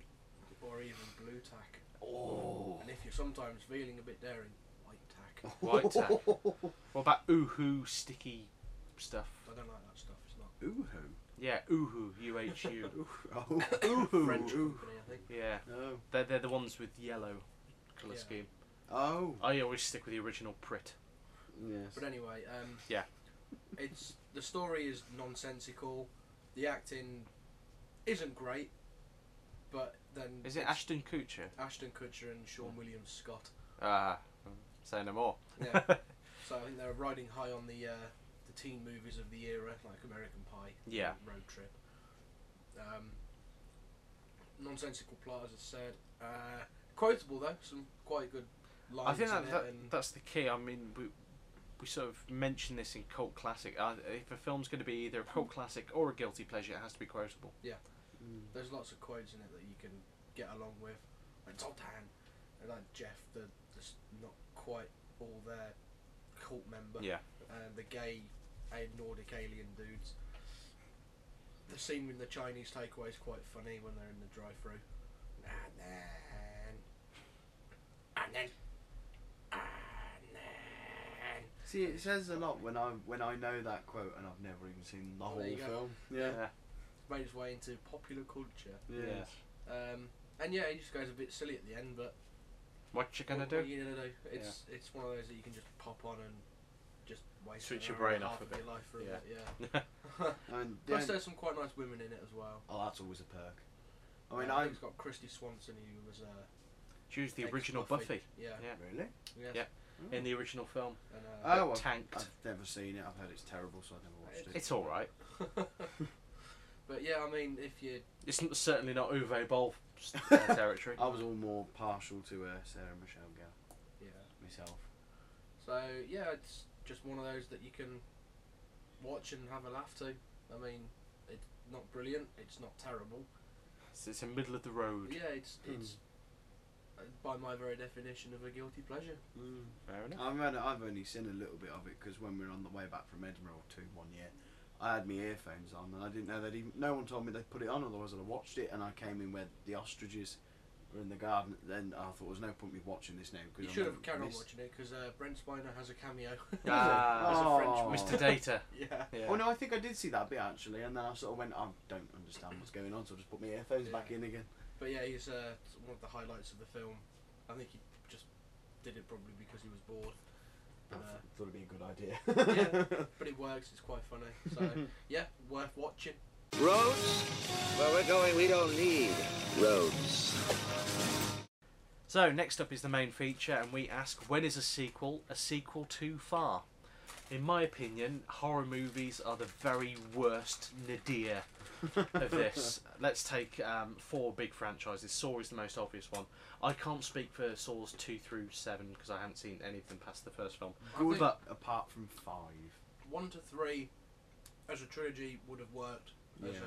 [SPEAKER 2] or even blue tack.
[SPEAKER 1] Oh.
[SPEAKER 2] And if you're sometimes feeling a bit daring, white tack.
[SPEAKER 1] White tack. What about oohoo sticky stuff?
[SPEAKER 2] I don't like that stuff. It's not
[SPEAKER 3] Ooh
[SPEAKER 1] Yeah, oohoo, U H U.
[SPEAKER 3] hoo. Oh, ooh
[SPEAKER 2] French company, I think.
[SPEAKER 1] Yeah,
[SPEAKER 3] No.
[SPEAKER 1] they're, they're the ones with yellow colour
[SPEAKER 2] Yeah.
[SPEAKER 1] scheme.
[SPEAKER 3] Oh.
[SPEAKER 1] I always stick with the original Pritt.
[SPEAKER 3] Yes.
[SPEAKER 2] But anyway, um,
[SPEAKER 1] Yeah.
[SPEAKER 2] it's the story is nonsensical. The acting isn't great, but then
[SPEAKER 1] Is it Hmm.
[SPEAKER 2] it's
[SPEAKER 1] Ashton Kutcher?
[SPEAKER 2] Ashton Kutcher and Sean William Scott?
[SPEAKER 1] Ah, say no more.
[SPEAKER 2] Yeah. So I think they're riding high on the uh, the teen movies of the era, like American Pie,
[SPEAKER 1] Yeah.
[SPEAKER 2] Road Trip. Um, nonsensical plot, as I said. Uh, quotable though, some quite good lines
[SPEAKER 1] I think
[SPEAKER 2] in
[SPEAKER 1] that,
[SPEAKER 2] it,
[SPEAKER 1] that
[SPEAKER 2] and
[SPEAKER 1] that's the key. I mean, we, we sort of mentioned this in cult classic. Uh, if a film's going to be either a cult classic or a guilty pleasure, it has to be quotable.
[SPEAKER 2] There's lots of quotes in it that you can get along with. Like Zoltan, and like Jeff, the, the s- not quite all there cult member.
[SPEAKER 1] Yeah.
[SPEAKER 2] And the gay a- Nordic alien dudes. The scene with the Chinese takeaway is quite funny when they're in the drive through And then. And then. And then.
[SPEAKER 3] See, it says a lot when I when I know that quote and I've never even seen the
[SPEAKER 2] Oh,
[SPEAKER 3] whole
[SPEAKER 2] there you go.
[SPEAKER 3] film.
[SPEAKER 2] Made his way into popular culture.
[SPEAKER 3] yeah.
[SPEAKER 1] Yeah.
[SPEAKER 2] Um, and yeah, he just goes a bit silly at the end, but
[SPEAKER 1] What you gonna
[SPEAKER 2] What- what
[SPEAKER 1] do?
[SPEAKER 2] you gonna do? It's it's one of those that you can just pop on and just waste
[SPEAKER 1] Switch
[SPEAKER 2] an
[SPEAKER 1] your
[SPEAKER 2] hour and
[SPEAKER 1] brain
[SPEAKER 2] half
[SPEAKER 1] off a
[SPEAKER 2] of
[SPEAKER 1] bit.
[SPEAKER 2] Your life for
[SPEAKER 1] Yeah.
[SPEAKER 2] a bit, yeah. Plus,
[SPEAKER 3] And the only-
[SPEAKER 2] there's some quite nice women in it as well.
[SPEAKER 3] oh, that's always a perk. I mean,
[SPEAKER 2] Uh,
[SPEAKER 3] I
[SPEAKER 2] think it's got Christy Swanson who was uh,
[SPEAKER 1] Choose the
[SPEAKER 2] ex-
[SPEAKER 1] original Buffy.
[SPEAKER 2] Yeah.
[SPEAKER 1] Yeah.
[SPEAKER 3] really.
[SPEAKER 2] Yes.
[SPEAKER 1] Yeah. in the original film.
[SPEAKER 2] And,
[SPEAKER 3] Oh,
[SPEAKER 2] uh,
[SPEAKER 1] that
[SPEAKER 3] I've-
[SPEAKER 1] tanked.
[SPEAKER 3] I've never seen it. I've heard it's terrible, so I never watched it.
[SPEAKER 1] It's all right.
[SPEAKER 2] but yeah, I mean, if you
[SPEAKER 1] It's n certainly not Uwe Boll s- uh, territory.
[SPEAKER 3] I was all more partial to uh, Sarah Michelle Gellar
[SPEAKER 2] yeah.
[SPEAKER 3] myself.
[SPEAKER 2] So yeah, it's just one of those that you can watch and have a laugh to. I mean, it's not brilliant. It's not terrible.
[SPEAKER 1] It's, it's a middle of the road.
[SPEAKER 2] Yeah, it's
[SPEAKER 3] Hmm.
[SPEAKER 2] it's uh by my very definition of a guilty pleasure.
[SPEAKER 1] Fair enough.
[SPEAKER 3] I've only, I've only seen a little bit of it because when we were on the way back from Edinburgh two one year, I had my earphones on and I didn't know that even no one told me they put it on. Otherwise, I'd have watched it. And I came in where the ostriches were in the garden. Then I thought there's no point me watching this now
[SPEAKER 2] You
[SPEAKER 3] because
[SPEAKER 2] should have carried on watching it because uh, Brent Spiner has a cameo.
[SPEAKER 1] Ah,
[SPEAKER 2] As a French
[SPEAKER 3] Oh.
[SPEAKER 2] man.
[SPEAKER 1] Mr. Data.
[SPEAKER 2] yeah.
[SPEAKER 1] Yeah.
[SPEAKER 3] Oh no, I think I did see that bit actually, and then I sort of went, I don't understand what's going on, so I just put my earphones
[SPEAKER 2] Yeah.
[SPEAKER 3] back in again.
[SPEAKER 2] But yeah, he's uh, one of the highlights of the film. I think he just did it probably because he was bored.
[SPEAKER 3] I
[SPEAKER 2] Uh,
[SPEAKER 3] th- thought it'd be a good idea.
[SPEAKER 2] but it works. It's quite funny. So yeah, worth watching.
[SPEAKER 5] Roads? Where we're going, we don't need roads.
[SPEAKER 1] So next up is the main feature, and we ask when is a sequel a sequel too far? In my opinion, horror movies are the very worst nadir of this. Let's take um, four big franchises. Saw is the most obvious one. I can't speak for Saws two through seven because I haven't seen any of them past the first film.
[SPEAKER 2] I
[SPEAKER 3] good
[SPEAKER 2] think
[SPEAKER 1] But-
[SPEAKER 3] apart from five.
[SPEAKER 2] one to three, as a trilogy, would have worked. As
[SPEAKER 3] Yeah.
[SPEAKER 2] A,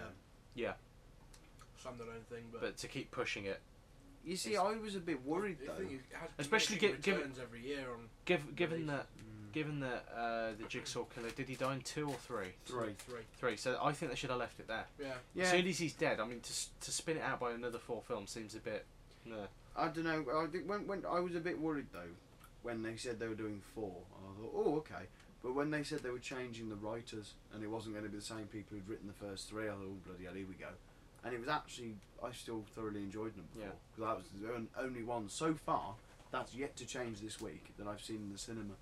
[SPEAKER 1] Yeah.
[SPEAKER 2] Some their own thing, but,
[SPEAKER 1] But to keep pushing it,
[SPEAKER 3] You see,
[SPEAKER 1] It's-
[SPEAKER 3] I was a bit worried
[SPEAKER 2] the
[SPEAKER 3] though.
[SPEAKER 2] thing is, it has
[SPEAKER 1] Especially
[SPEAKER 2] diminishing
[SPEAKER 1] gi- given-
[SPEAKER 2] returns every year on
[SPEAKER 1] giv given
[SPEAKER 2] Release.
[SPEAKER 1] that given that uh, the Jigsaw killer did he die in two or three?
[SPEAKER 3] Three.
[SPEAKER 2] three.
[SPEAKER 1] Three. So I think they should have left it there.
[SPEAKER 2] Yeah.
[SPEAKER 3] Yeah.
[SPEAKER 1] As soon as he's dead, I mean, to, s- to spin it out by another four films seems a bit. No.
[SPEAKER 3] I don't know. I think when, when I was a bit worried though, when they said they were doing four, I thought, oh okay. But when they said they were changing the writers and it wasn't going to be the same people who'd written the first three, I thought, oh bloody hell, here we go. And it was actually I still thoroughly enjoyed number four
[SPEAKER 1] Yeah.
[SPEAKER 3] because that was the on- only one so far that's yet to change this week that I've seen in the cinema.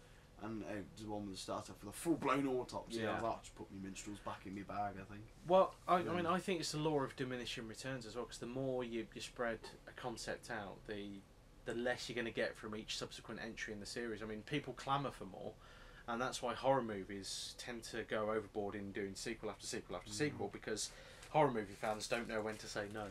[SPEAKER 3] And uh, the one with the starter for the full blown autopsy. I
[SPEAKER 1] Yeah.
[SPEAKER 3] was like, "Oh, just put me minstrels back in my bag, I think.
[SPEAKER 1] Well, I, I
[SPEAKER 3] Yeah.
[SPEAKER 1] mean, I think it's the law of diminishing returns as well, because the more you, you spread a concept out, the the less you're going to get from each subsequent entry in the series. I mean, people clamour for more, and that's why horror movies tend to go overboard in doing sequel after sequel after sequel, because horror movie fans don't know when to say no.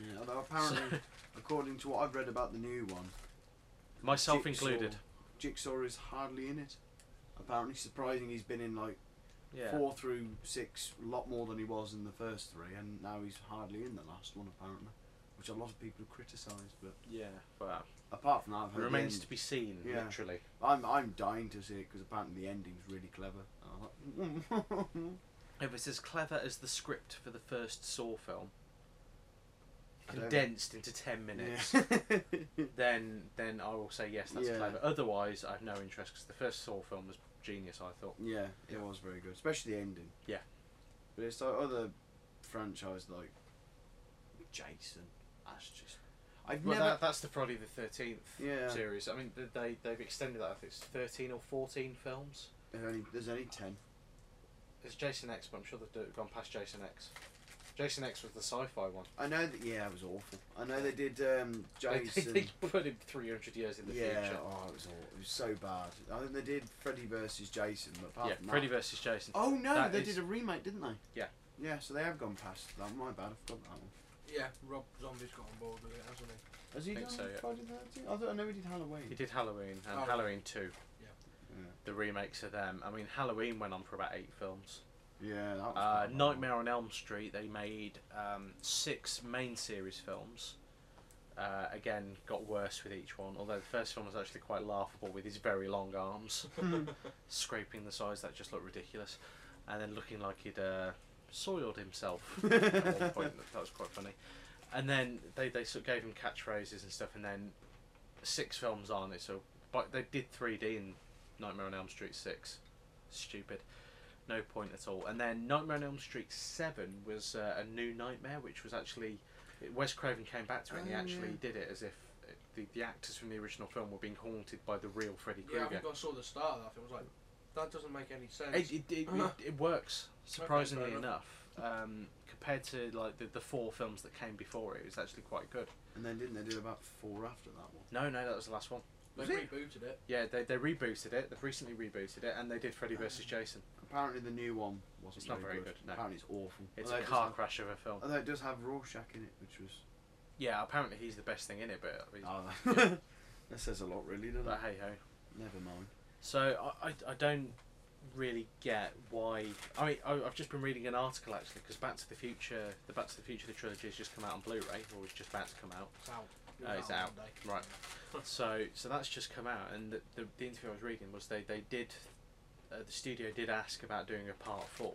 [SPEAKER 3] Yeah, although apparently, according to what I've read about the new one,
[SPEAKER 1] Myself
[SPEAKER 3] Jigsaw-
[SPEAKER 1] included.
[SPEAKER 3] Jigsaw is hardly in it. Apparently, surprising, he's been in like
[SPEAKER 1] Yeah.
[SPEAKER 3] four through six, a lot more than he was in the first three, and now he's hardly in the last one, apparently, which a lot of people have criticised. But
[SPEAKER 1] Yeah. Well,
[SPEAKER 3] apart from that, I've
[SPEAKER 1] it
[SPEAKER 3] heard
[SPEAKER 1] remains
[SPEAKER 3] the
[SPEAKER 1] to be seen.
[SPEAKER 3] Yeah.
[SPEAKER 1] Literally.
[SPEAKER 3] I'm I'm dying to see it because apparently the ending's really clever. And I was like,
[SPEAKER 1] If it's as clever as the script for the first Saw film,
[SPEAKER 3] I don't-
[SPEAKER 1] condensed into ten minutes.
[SPEAKER 3] Yeah.
[SPEAKER 1] then then I will say yes, that's
[SPEAKER 3] Yeah.
[SPEAKER 1] clever. Otherwise, I have no interest because the first Saw film was genius. I thought.
[SPEAKER 3] Yeah, it was very good, especially the ending.
[SPEAKER 1] Yeah.
[SPEAKER 3] but it's like other franchise like Jason. That's just I've
[SPEAKER 1] Well,
[SPEAKER 3] never.
[SPEAKER 1] that, that's the Friday the Thirteenth
[SPEAKER 3] Yeah.
[SPEAKER 1] series. I mean, th- they they've extended that. I think it's thirteen or fourteen films.
[SPEAKER 3] There's only, there's only ten.
[SPEAKER 1] There's Jason X, but I'm sure they've gone past Jason X. Jason X was the sci-fi one.
[SPEAKER 3] I know that. Yeah, it was awful. I know they did um,
[SPEAKER 1] They-
[SPEAKER 3] Jason.
[SPEAKER 1] They, they put him three hundred years in the
[SPEAKER 3] yeah,
[SPEAKER 1] future.
[SPEAKER 3] oh, it was awful. It was so bad. I think they did Freddy versus Jason, but apart
[SPEAKER 1] Yeah,
[SPEAKER 3] from
[SPEAKER 1] Freddy
[SPEAKER 3] that,
[SPEAKER 1] versus Jason.
[SPEAKER 3] oh no,
[SPEAKER 1] That
[SPEAKER 3] they
[SPEAKER 1] is-
[SPEAKER 3] did a remake, didn't they?
[SPEAKER 1] Yeah.
[SPEAKER 3] Yeah, so they have gone past that. My bad, I forgot that one.
[SPEAKER 2] Yeah, Rob Zombie's got on board with it, hasn't he?
[SPEAKER 3] Has he
[SPEAKER 1] Think
[SPEAKER 3] done
[SPEAKER 1] so, yeah.
[SPEAKER 3] Friday the 13th? I thought I know he did Halloween.
[SPEAKER 1] He did Halloween and
[SPEAKER 2] Oh.
[SPEAKER 1] Halloween Two.
[SPEAKER 3] Yeah.
[SPEAKER 1] the remakes of them. I mean, Halloween went on for about eight films.
[SPEAKER 3] Yeah, that was
[SPEAKER 1] Uh,
[SPEAKER 3] quite a lot.
[SPEAKER 1] Nightmare on Elm Street, they made um, six main series films. Uh, again, got worse with each one, although the first film was actually quite laughable with his very long arms scraping the sides, that just looked ridiculous. And then looking like he'd uh, soiled himself at one point, that was quite funny. And then they, they sort of gave him catchphrases and stuff, and then six films on, it's a, but they did 3D in Nightmare on Elm Street 6. Stupid no point at all. And then Nightmare on Elm Street Seven was uh, a new nightmare, which was actually Wes Craven came back to it and he
[SPEAKER 3] Oh,
[SPEAKER 1] actually
[SPEAKER 3] yeah.
[SPEAKER 1] did it as if uh, the, the actors from the original film were being haunted by the real Freddy
[SPEAKER 2] Yeah, I
[SPEAKER 1] Krueger.
[SPEAKER 2] think I saw the start of that. It was like that doesn't make any sense.
[SPEAKER 1] It, it, it, it, it works surprisingly
[SPEAKER 2] fair
[SPEAKER 1] enough um, compared to like the, the four films that came before it. It was actually quite good.
[SPEAKER 3] And then didn't they do about four after that one?
[SPEAKER 1] No, no, that was the last one.
[SPEAKER 2] they
[SPEAKER 3] was it?
[SPEAKER 2] rebooted it.
[SPEAKER 1] Yeah, they, they rebooted it. They've recently rebooted it, and they did Freddy versus Jason.
[SPEAKER 3] Apparently the new one wasn't
[SPEAKER 1] It's not
[SPEAKER 3] very
[SPEAKER 1] very good, no.
[SPEAKER 3] Apparently it's awful.
[SPEAKER 1] It's
[SPEAKER 3] Although
[SPEAKER 1] a
[SPEAKER 3] it does
[SPEAKER 1] car
[SPEAKER 3] have-
[SPEAKER 1] crash of a film.
[SPEAKER 3] Although it does have Rorschach in it, which was.
[SPEAKER 1] Yeah, apparently he's the best thing in it, but,
[SPEAKER 3] Oh, that says a lot, really, doesn't
[SPEAKER 1] but hey
[SPEAKER 3] it?
[SPEAKER 1] ho.
[SPEAKER 3] Never mind.
[SPEAKER 1] So I, I, I don't really get why. I mean, I, I've just been reading an article actually because Back to the Future, the Back to the Future the trilogy has just come out on Blu-ray or was just about to come out.
[SPEAKER 2] It's out.
[SPEAKER 1] Oh, it's out.
[SPEAKER 2] one day.
[SPEAKER 1] Right. So so that's just come out, and the the, the interview I was reading was they they did, uh, the studio did ask about doing a part four.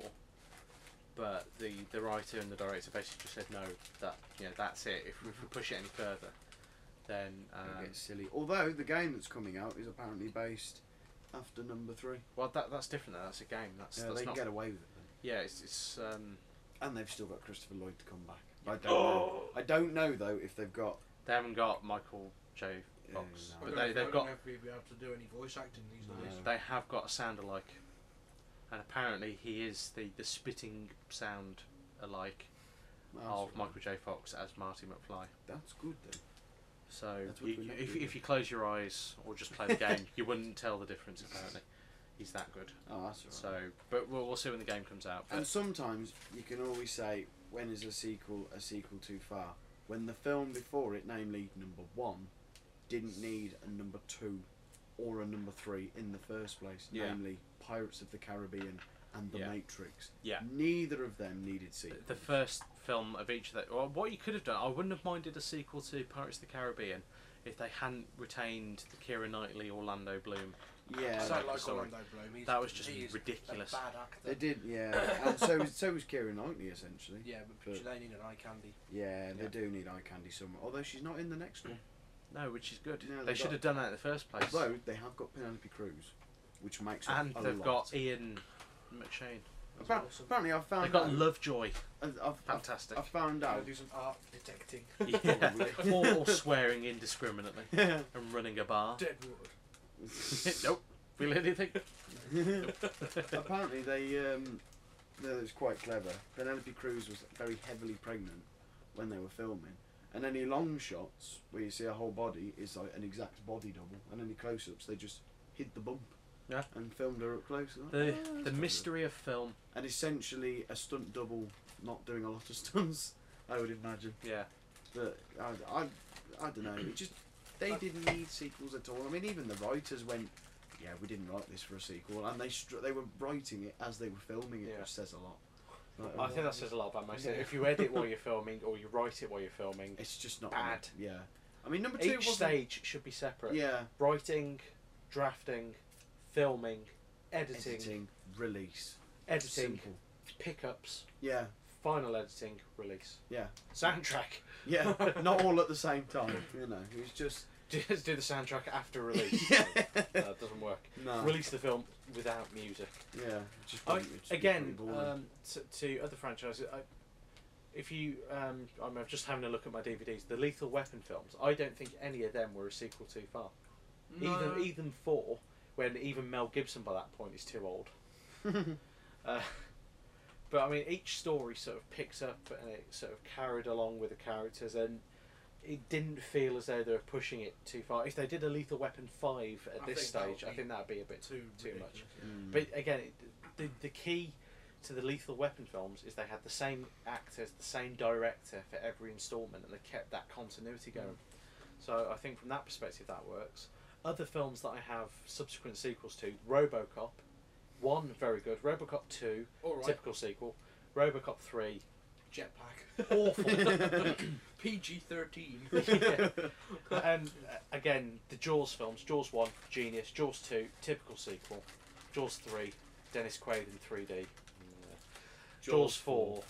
[SPEAKER 1] But the, the writer and the director basically just said no, that you know that's it. If, we- if we push it any further, then
[SPEAKER 3] It'll
[SPEAKER 1] um,
[SPEAKER 3] get silly. Although the game that's coming out is apparently based after number three.
[SPEAKER 1] well that that's different. Though. That's a game. That's
[SPEAKER 3] Yeah,
[SPEAKER 1] that's
[SPEAKER 3] they can
[SPEAKER 1] not.
[SPEAKER 3] get away with it. Then.
[SPEAKER 1] yeah, it's it's um,
[SPEAKER 3] And they've still got Christopher Lloyd to come back. I don't know. I don't know though if they've got.
[SPEAKER 1] They haven't got Michael J. Fox, but
[SPEAKER 2] I
[SPEAKER 3] Yeah, no.
[SPEAKER 2] don't
[SPEAKER 1] they,
[SPEAKER 2] know- I
[SPEAKER 1] they've
[SPEAKER 2] don't
[SPEAKER 1] got
[SPEAKER 2] know if we'd be able to do any voice acting these
[SPEAKER 3] No.
[SPEAKER 2] days.
[SPEAKER 1] they have got a sound alike, and apparently he is the, the spitting sound alike of Michael J. Fox as Marty McFly.
[SPEAKER 3] That's good then.
[SPEAKER 1] So
[SPEAKER 3] That's what
[SPEAKER 1] you,
[SPEAKER 3] we
[SPEAKER 1] you-
[SPEAKER 3] like,
[SPEAKER 1] if
[SPEAKER 3] yeah.
[SPEAKER 1] if you close your eyes or just play the game, you wouldn't tell the difference. Apparently, he's that good.
[SPEAKER 3] Oh, that's all right.
[SPEAKER 1] So, but we'll, we'll see when the game comes out.
[SPEAKER 3] And
[SPEAKER 1] But
[SPEAKER 3] sometimes you can always say, when is a sequel a sequel too far? When the film before it, namely number one, didn't need a number two or a number three in the first place,
[SPEAKER 1] Yeah.
[SPEAKER 3] namely Pirates of the Caribbean and The
[SPEAKER 1] Yeah.
[SPEAKER 3] Matrix.
[SPEAKER 1] Yeah.
[SPEAKER 3] Neither of them needed sequels.
[SPEAKER 1] the first film of each of that. Well, what you could have done, I wouldn't have minded a sequel to Pirates of the Caribbean if they hadn't retained the Kira Knightley Orlando Bloom
[SPEAKER 3] yeah.
[SPEAKER 2] So
[SPEAKER 1] like
[SPEAKER 2] like
[SPEAKER 1] sorry.
[SPEAKER 2] Orlando Bloom, he's-
[SPEAKER 1] That was just
[SPEAKER 2] he's
[SPEAKER 1] ridiculous.
[SPEAKER 2] A bad actor.
[SPEAKER 3] They did, yeah. and so was, so was Kira Knightley, essentially.
[SPEAKER 2] Yeah, but,
[SPEAKER 3] But-
[SPEAKER 2] they need an eye candy.
[SPEAKER 3] Yeah, they
[SPEAKER 1] Yeah.
[SPEAKER 3] do need eye candy somewhere. Although she's not in the next one.
[SPEAKER 1] No, which is good.
[SPEAKER 3] No,
[SPEAKER 1] they
[SPEAKER 3] they've
[SPEAKER 1] should
[SPEAKER 3] got-
[SPEAKER 1] have done that in the first place.
[SPEAKER 3] Although they have got Penelope Cruz, which makes up
[SPEAKER 1] and
[SPEAKER 3] a
[SPEAKER 1] they've
[SPEAKER 3] lot.
[SPEAKER 1] got Ian McShane.
[SPEAKER 3] Appar-
[SPEAKER 2] Awesome.
[SPEAKER 3] Apparently, I've found
[SPEAKER 1] They've got
[SPEAKER 3] out-
[SPEAKER 1] Lovejoy.
[SPEAKER 3] I've, I've,
[SPEAKER 1] Fantastic.
[SPEAKER 3] I've found
[SPEAKER 2] Gotta
[SPEAKER 3] out.
[SPEAKER 2] do some art detecting.
[SPEAKER 1] Yeah.
[SPEAKER 3] Probably.
[SPEAKER 1] or, or swearing indiscriminately
[SPEAKER 3] Yeah.
[SPEAKER 1] and running a bar.
[SPEAKER 2] Deadwood.
[SPEAKER 1] nope. Feel anything?
[SPEAKER 3] Apparently, they um, that was quite clever. Penelope Cruz was very heavily pregnant when they were filming, and any long shots where you see a whole body is like an exact body double, and any close-ups they just hid the bump.
[SPEAKER 1] Yeah.
[SPEAKER 3] And filmed her up close. Like, "Oh,
[SPEAKER 1] The
[SPEAKER 3] that's quite
[SPEAKER 1] the
[SPEAKER 3] good."
[SPEAKER 1] mystery of film.
[SPEAKER 3] And essentially, a stunt double not doing a lot of stunts. I would imagine.
[SPEAKER 1] Yeah.
[SPEAKER 3] But I, I, I don't know. It just they didn't need sequels at all. I mean, even the writers went, "Yeah, we didn't write this for a sequel," and they str- they were writing it as they were filming it,
[SPEAKER 1] Yeah.
[SPEAKER 3] which says a lot. um, Like,
[SPEAKER 1] I think that says a lot about most.
[SPEAKER 3] Yeah.
[SPEAKER 1] If you edit while you're filming or you write it while you're filming,
[SPEAKER 3] it's just not
[SPEAKER 1] bad.
[SPEAKER 3] Yeah, I mean, number 2
[SPEAKER 1] each
[SPEAKER 3] wasn't.
[SPEAKER 1] stage should be separate.
[SPEAKER 3] yeah,
[SPEAKER 1] Writing, drafting, filming, editing, editing,
[SPEAKER 3] editing, release, simple.
[SPEAKER 1] pickups,
[SPEAKER 3] Yeah,
[SPEAKER 1] final editing, release.
[SPEAKER 3] Yeah.
[SPEAKER 1] Soundtrack.
[SPEAKER 3] yeah, not all at the same time. You know, it was just
[SPEAKER 1] Just do the soundtrack after release.
[SPEAKER 3] yeah,
[SPEAKER 1] No, it doesn't work.
[SPEAKER 3] no,
[SPEAKER 1] Release the film without music.
[SPEAKER 3] yeah. it Just
[SPEAKER 1] I,
[SPEAKER 3] wouldn't- it'd just be
[SPEAKER 1] again,
[SPEAKER 3] pretty boring.
[SPEAKER 1] um, to, to other franchises, I, if you, um, I'm I'm just having a look at my DVDs. The Lethal Weapon films, I don't think any of them were a sequel too far. Even even four, when even Mel Gibson by that point is too old. uh, but I mean, each story sort of picks up and it sort of carried along with the characters, and it didn't feel as though they were pushing it too far. If they did a Lethal Weapon five at
[SPEAKER 2] I
[SPEAKER 1] this
[SPEAKER 2] think that would
[SPEAKER 1] stage, I
[SPEAKER 2] be
[SPEAKER 1] think that'd be a bit
[SPEAKER 2] Too
[SPEAKER 1] too much.
[SPEAKER 2] ridiculous.
[SPEAKER 3] Mm.
[SPEAKER 1] But again, it, the the key to the Lethal Weapon films is they had the same actors, the same director for every instalment, and they kept that continuity going. So I think from that perspective, that works. other films that I have subsequent sequels to Robocop, one very good, Robocop two,
[SPEAKER 2] All right.
[SPEAKER 1] typical sequel, Robocop three,
[SPEAKER 2] Jetpack.
[SPEAKER 1] awful.
[SPEAKER 2] PG 13.
[SPEAKER 1] Yeah. and uh, again, the Jaws films, Jaws one, genius, Jaws two, typical sequel, Jaws three, Dennis Quaid in three D, Jaws, four.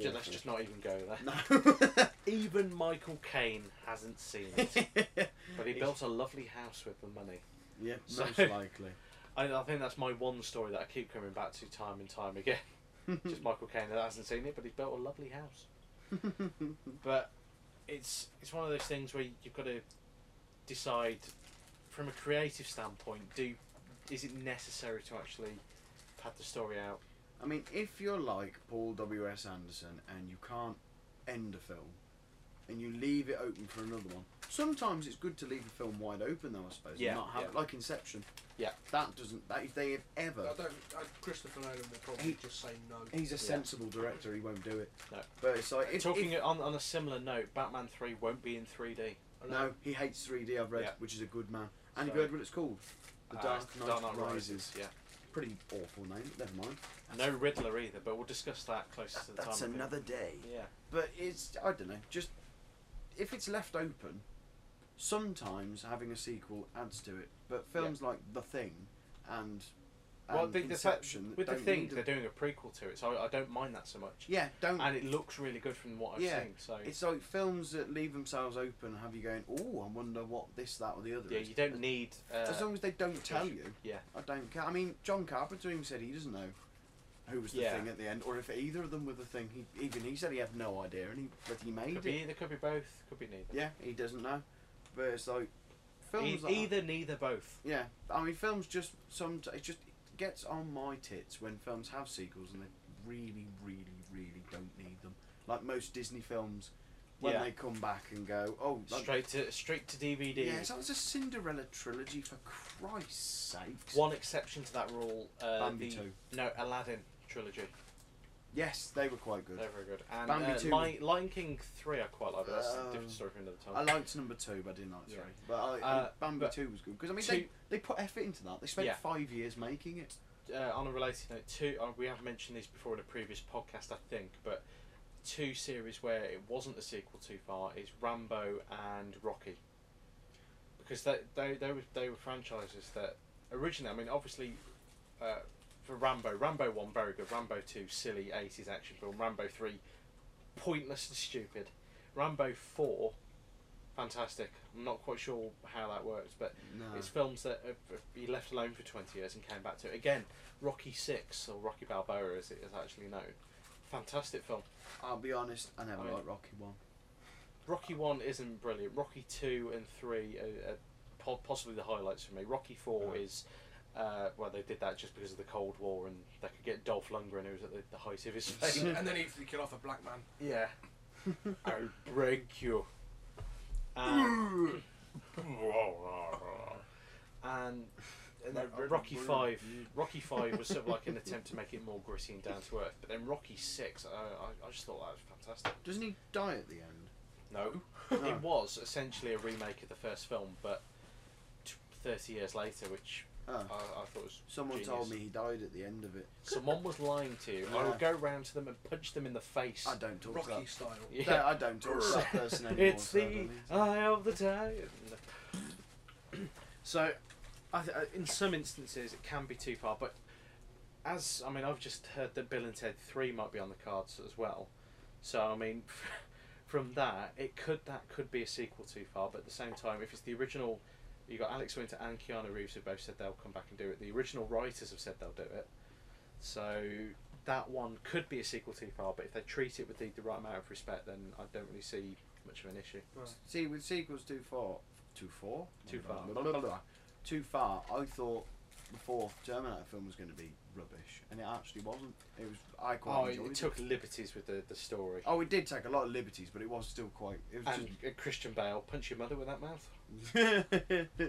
[SPEAKER 1] Ju- Let's just not even go there. Even Michael Caine hasn't seen it, but he built a lovely house with the money.
[SPEAKER 3] yeah,
[SPEAKER 1] So-
[SPEAKER 3] most likely.
[SPEAKER 1] I, I think that's my one story that I keep coming back to time and time again. Just Michael Caine that hasn't seen it, but he's built a lovely house. but it's it's one of those things where you've got to decide from a creative standpoint. Do is it necessary to actually pad the story out?
[SPEAKER 3] I mean, if you're like Paul W. S. Anderson and you can't end a film, and you leave it open for another one, sometimes it's good to leave a film wide open, though. I suppose. and
[SPEAKER 1] Yeah,
[SPEAKER 3] Not have
[SPEAKER 1] yeah.
[SPEAKER 3] like Inception.
[SPEAKER 1] Yeah.
[SPEAKER 3] That doesn't. That if they have ever.
[SPEAKER 2] I don't, I, Christopher Nolan would probably
[SPEAKER 3] He-
[SPEAKER 2] just say no.
[SPEAKER 3] He's a sensible director. He won't do it.
[SPEAKER 1] No.
[SPEAKER 3] But it's like if,
[SPEAKER 1] Talking
[SPEAKER 3] if,
[SPEAKER 1] on on a similar note, Batman Three won't be in three D.
[SPEAKER 3] no, he hates 3D. I've read,
[SPEAKER 1] Yeah.
[SPEAKER 3] which is a good man. And have
[SPEAKER 1] So- Uh,
[SPEAKER 3] you heard what it's called? The Dark Knight Rises.
[SPEAKER 1] Yeah.
[SPEAKER 3] Pretty awful name. But never mind.
[SPEAKER 1] No Riddler either, but we'll discuss that closer to the time.
[SPEAKER 3] That's
[SPEAKER 1] of it.
[SPEAKER 3] another day.
[SPEAKER 1] Yeah.
[SPEAKER 3] But it's I don't know. Just if it's left open, sometimes having a sequel adds to it. But films like The Thing and, and
[SPEAKER 1] Well, the, the fact,
[SPEAKER 3] Inception
[SPEAKER 1] with the
[SPEAKER 3] um, don't
[SPEAKER 1] thing,
[SPEAKER 3] need a-
[SPEAKER 1] they're doing a prequel to it, so I, I don't mind that so much.
[SPEAKER 3] yeah, don't.
[SPEAKER 1] And it looks really good from what I've
[SPEAKER 3] yeah,
[SPEAKER 1] seen. So
[SPEAKER 3] it's like films that leave themselves open. Have you going? Oh, I wonder what this, that, or the other.
[SPEAKER 1] yeah,
[SPEAKER 3] is."
[SPEAKER 1] you don't need. Uh,
[SPEAKER 3] as long as they don't tell you.
[SPEAKER 1] yeah.
[SPEAKER 3] I don't care. I mean, John Carpenter even said he doesn't know who was the
[SPEAKER 1] Yeah.
[SPEAKER 3] thing at the end, or if either of them were the thing. He even he said he had no idea, and he but he made
[SPEAKER 1] could
[SPEAKER 3] it.
[SPEAKER 1] be either, could be both, could be neither.
[SPEAKER 3] Yeah, he doesn't know. But it's like
[SPEAKER 1] E-
[SPEAKER 3] films. like that-
[SPEAKER 1] either, neither, both.
[SPEAKER 3] yeah, I mean, films just some. It just gets on my tits when films have sequels and they really, really, really don't need them. Like most Disney films, when
[SPEAKER 1] Yeah.
[SPEAKER 3] they come back and go, oh, like,
[SPEAKER 1] Straight to straight to DVD.
[SPEAKER 3] Yeah, so that was a Cinderella trilogy for Christ's sake.
[SPEAKER 1] One exception to that rule. Uh,
[SPEAKER 3] Bambi
[SPEAKER 1] the,
[SPEAKER 3] two.
[SPEAKER 1] No, Aladdin trilogy.
[SPEAKER 3] Yes, they were quite good.
[SPEAKER 1] They're very good. And
[SPEAKER 3] Bambi
[SPEAKER 1] uh,
[SPEAKER 3] two.
[SPEAKER 1] Lion, Lion King three, I quite like, but that's a
[SPEAKER 3] Um,
[SPEAKER 1] different story for another time.
[SPEAKER 3] I liked number two, but I didn't like three.
[SPEAKER 1] Yeah.
[SPEAKER 3] But I,
[SPEAKER 1] Uh,
[SPEAKER 3] Bambi
[SPEAKER 1] but
[SPEAKER 3] two was good because I mean
[SPEAKER 1] two-
[SPEAKER 3] they, they put effort into that. They spent
[SPEAKER 1] Yeah.
[SPEAKER 3] five years making it.
[SPEAKER 1] uh, on a related note, two uh, we have mentioned these before in a previous podcast, I think, but two series where it wasn't a sequel too far is Rambo and Rocky, because they they they were, they were franchises that originally. I mean, obviously, uh, for Rambo, Rambo one very good, Rambo two silly eighties action film, Rambo three pointless and stupid, Rambo four fantastic. I'm not quite sure how that works, but
[SPEAKER 3] No.
[SPEAKER 1] it's films that uh, he left alone for 20 years and came back to. Again, Rocky Six or Rocky Balboa, as it is actually known. Fantastic film.
[SPEAKER 3] I'll be honest, I never
[SPEAKER 1] I mean-
[SPEAKER 3] liked Rocky one.
[SPEAKER 1] Rocky One isn't brilliant. Rocky Two and Three are, are po- possibly the highlights for me. Rocky Four
[SPEAKER 3] Right.
[SPEAKER 1] is. Uh, well, they did that just because of the Cold War, and they could get Dolph Lundgren, who was at the, the height of his fame.
[SPEAKER 2] and then if they kill off a black man.
[SPEAKER 1] yeah, I'll break you. And, and and then
[SPEAKER 2] Like,
[SPEAKER 1] Rocky
[SPEAKER 2] Rocky
[SPEAKER 1] Five, Rocky Five was sort of like an attempt to make it more gritty and down to earth. But then Rocky Six, I, I, I just thought that was fantastic.
[SPEAKER 3] Doesn't he die at the end?
[SPEAKER 1] No,
[SPEAKER 3] No.
[SPEAKER 1] it was essentially a remake of the first film, but t- thirty years later, which
[SPEAKER 3] Oh.
[SPEAKER 1] I, I thought was
[SPEAKER 3] Someone
[SPEAKER 1] Uh, genius.
[SPEAKER 3] told me he died at the end of it.
[SPEAKER 1] someone was lying to you. I
[SPEAKER 3] Yeah.
[SPEAKER 1] would go round to them and punch them in the face.
[SPEAKER 3] I don't talk
[SPEAKER 2] Rocky
[SPEAKER 3] to
[SPEAKER 2] style.
[SPEAKER 1] Yeah.
[SPEAKER 3] that. No, I don't talk to that person anymore.
[SPEAKER 1] it's
[SPEAKER 3] so
[SPEAKER 1] the
[SPEAKER 3] I
[SPEAKER 1] uh,
[SPEAKER 3] don't need to.
[SPEAKER 1] eye of the tiger. so, I th- uh, in some instances, it can be too far. But as I mean, I've just heard that Bill and Ted Three might be on the cards as well. So I mean, from that, it could that could be a sequel too far. But at the same time, if it's the original, you got Alex Winter and Keanu Reeves who both said they'll come back and do it. The original writers have said they'll do it. So that one could be a sequel too far, but if they treat it with the, the right amount of respect, then I don't really see much of an issue.
[SPEAKER 3] See, with sequels too far, too far,
[SPEAKER 1] Too far.
[SPEAKER 3] Blah, blah, blah, blah. too far. I thought the fourth Terminator film was going to be rubbish, and it actually wasn't. It was. I quite
[SPEAKER 1] Oh, it,
[SPEAKER 3] enjoyed it.
[SPEAKER 1] took liberties with the, the story.
[SPEAKER 3] Oh, it did take a lot of liberties, but it was still quite. It was
[SPEAKER 1] and uh, Christian Bale, punch your mother with that mouth.
[SPEAKER 3] just.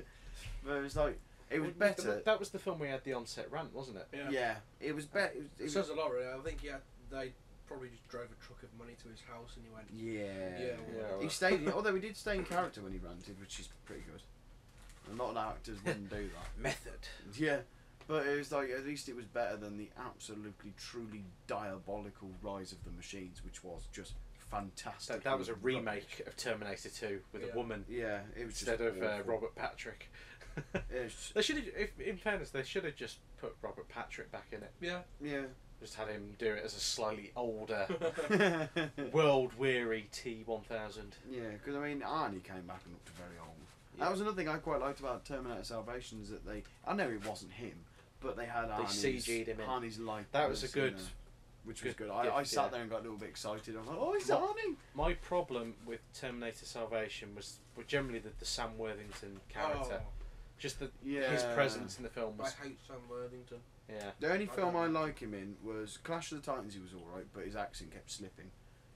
[SPEAKER 3] but it was like it was
[SPEAKER 1] Well,
[SPEAKER 3] better.
[SPEAKER 1] That, that was the film we had the onset rant, wasn't it?
[SPEAKER 2] Yeah.
[SPEAKER 3] Yeah, it was better.
[SPEAKER 2] It
[SPEAKER 3] It was,
[SPEAKER 2] says a lot, really. I think yeah, they probably just drove a truck of money to his house and he went.
[SPEAKER 3] yeah.
[SPEAKER 2] Yeah.
[SPEAKER 1] Yeah, well,
[SPEAKER 3] He stayed. in- although he did stay in character when he ranted, which is pretty good. A lot of actors wouldn't do that.
[SPEAKER 2] Method.
[SPEAKER 3] Yeah, but it was like at least it was better than the absolutely truly diabolical Rise of the Machines, which was just
[SPEAKER 1] So
[SPEAKER 3] fantastic.
[SPEAKER 1] that was a
[SPEAKER 3] rubbish.
[SPEAKER 1] remake of Terminator 2 with
[SPEAKER 2] Yeah.
[SPEAKER 1] a woman
[SPEAKER 3] Yeah, it was
[SPEAKER 1] instead
[SPEAKER 3] just
[SPEAKER 1] of uh,
[SPEAKER 3] awful.
[SPEAKER 1] Robert Patrick.
[SPEAKER 3] It was just-
[SPEAKER 1] they should have, if, in fairness, they should have just put Robert Patrick back in it.
[SPEAKER 2] Yeah.
[SPEAKER 3] yeah.
[SPEAKER 1] Just had him do it as a slightly older,
[SPEAKER 3] yeah,
[SPEAKER 1] world weary T1000.
[SPEAKER 3] because I mean Arnie came back and looked very old. That was another thing I quite liked about Terminator Salvation is that they, I know it wasn't him, but they had Arnie's,
[SPEAKER 1] CG'd him in.
[SPEAKER 3] Arnie's light.
[SPEAKER 1] That was a
[SPEAKER 3] you
[SPEAKER 1] good-
[SPEAKER 3] know, which was
[SPEAKER 1] good
[SPEAKER 3] good. I, I
[SPEAKER 1] gift,
[SPEAKER 3] sat
[SPEAKER 1] yeah.
[SPEAKER 3] there and got a little bit excited. I was like, oh, it's
[SPEAKER 1] What-
[SPEAKER 3] Arnie.
[SPEAKER 1] My problem with Terminator Salvation was, were generally the, the Sam Worthington character.
[SPEAKER 2] Oh,
[SPEAKER 1] Just the,
[SPEAKER 3] Yeah.
[SPEAKER 1] his presence in the film
[SPEAKER 2] I
[SPEAKER 1] was.
[SPEAKER 2] hate Sam Worthington.
[SPEAKER 1] Yeah.
[SPEAKER 3] The only
[SPEAKER 2] I
[SPEAKER 3] film I
[SPEAKER 2] don't-
[SPEAKER 3] like him in was Clash of the Titans. He was all right, but his accent kept slipping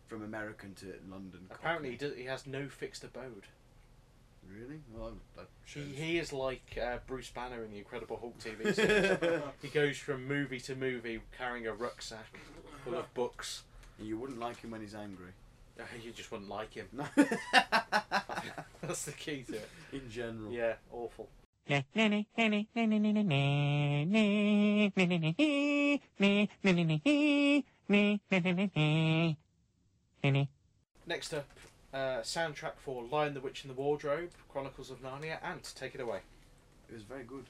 [SPEAKER 3] from American to London.
[SPEAKER 1] Apparently, he,
[SPEAKER 3] Cockney.
[SPEAKER 1] does, he has no fixed abode.
[SPEAKER 3] Really? Well, that
[SPEAKER 1] He,
[SPEAKER 3] shows.
[SPEAKER 1] he is like uh, Bruce Banner in the Incredible Hulk TV series. he goes from movie to movie carrying a rucksack full of books.
[SPEAKER 3] you wouldn't like him when he's angry.
[SPEAKER 1] Uh, You just wouldn't like him.
[SPEAKER 3] No.
[SPEAKER 1] That's the key to it.
[SPEAKER 3] in general.
[SPEAKER 1] Yeah, awful. Next up, uh, soundtrack for Lion, the Witch, and the Wardrobe, Chronicles of Narnia, and take it away.
[SPEAKER 3] It was very good.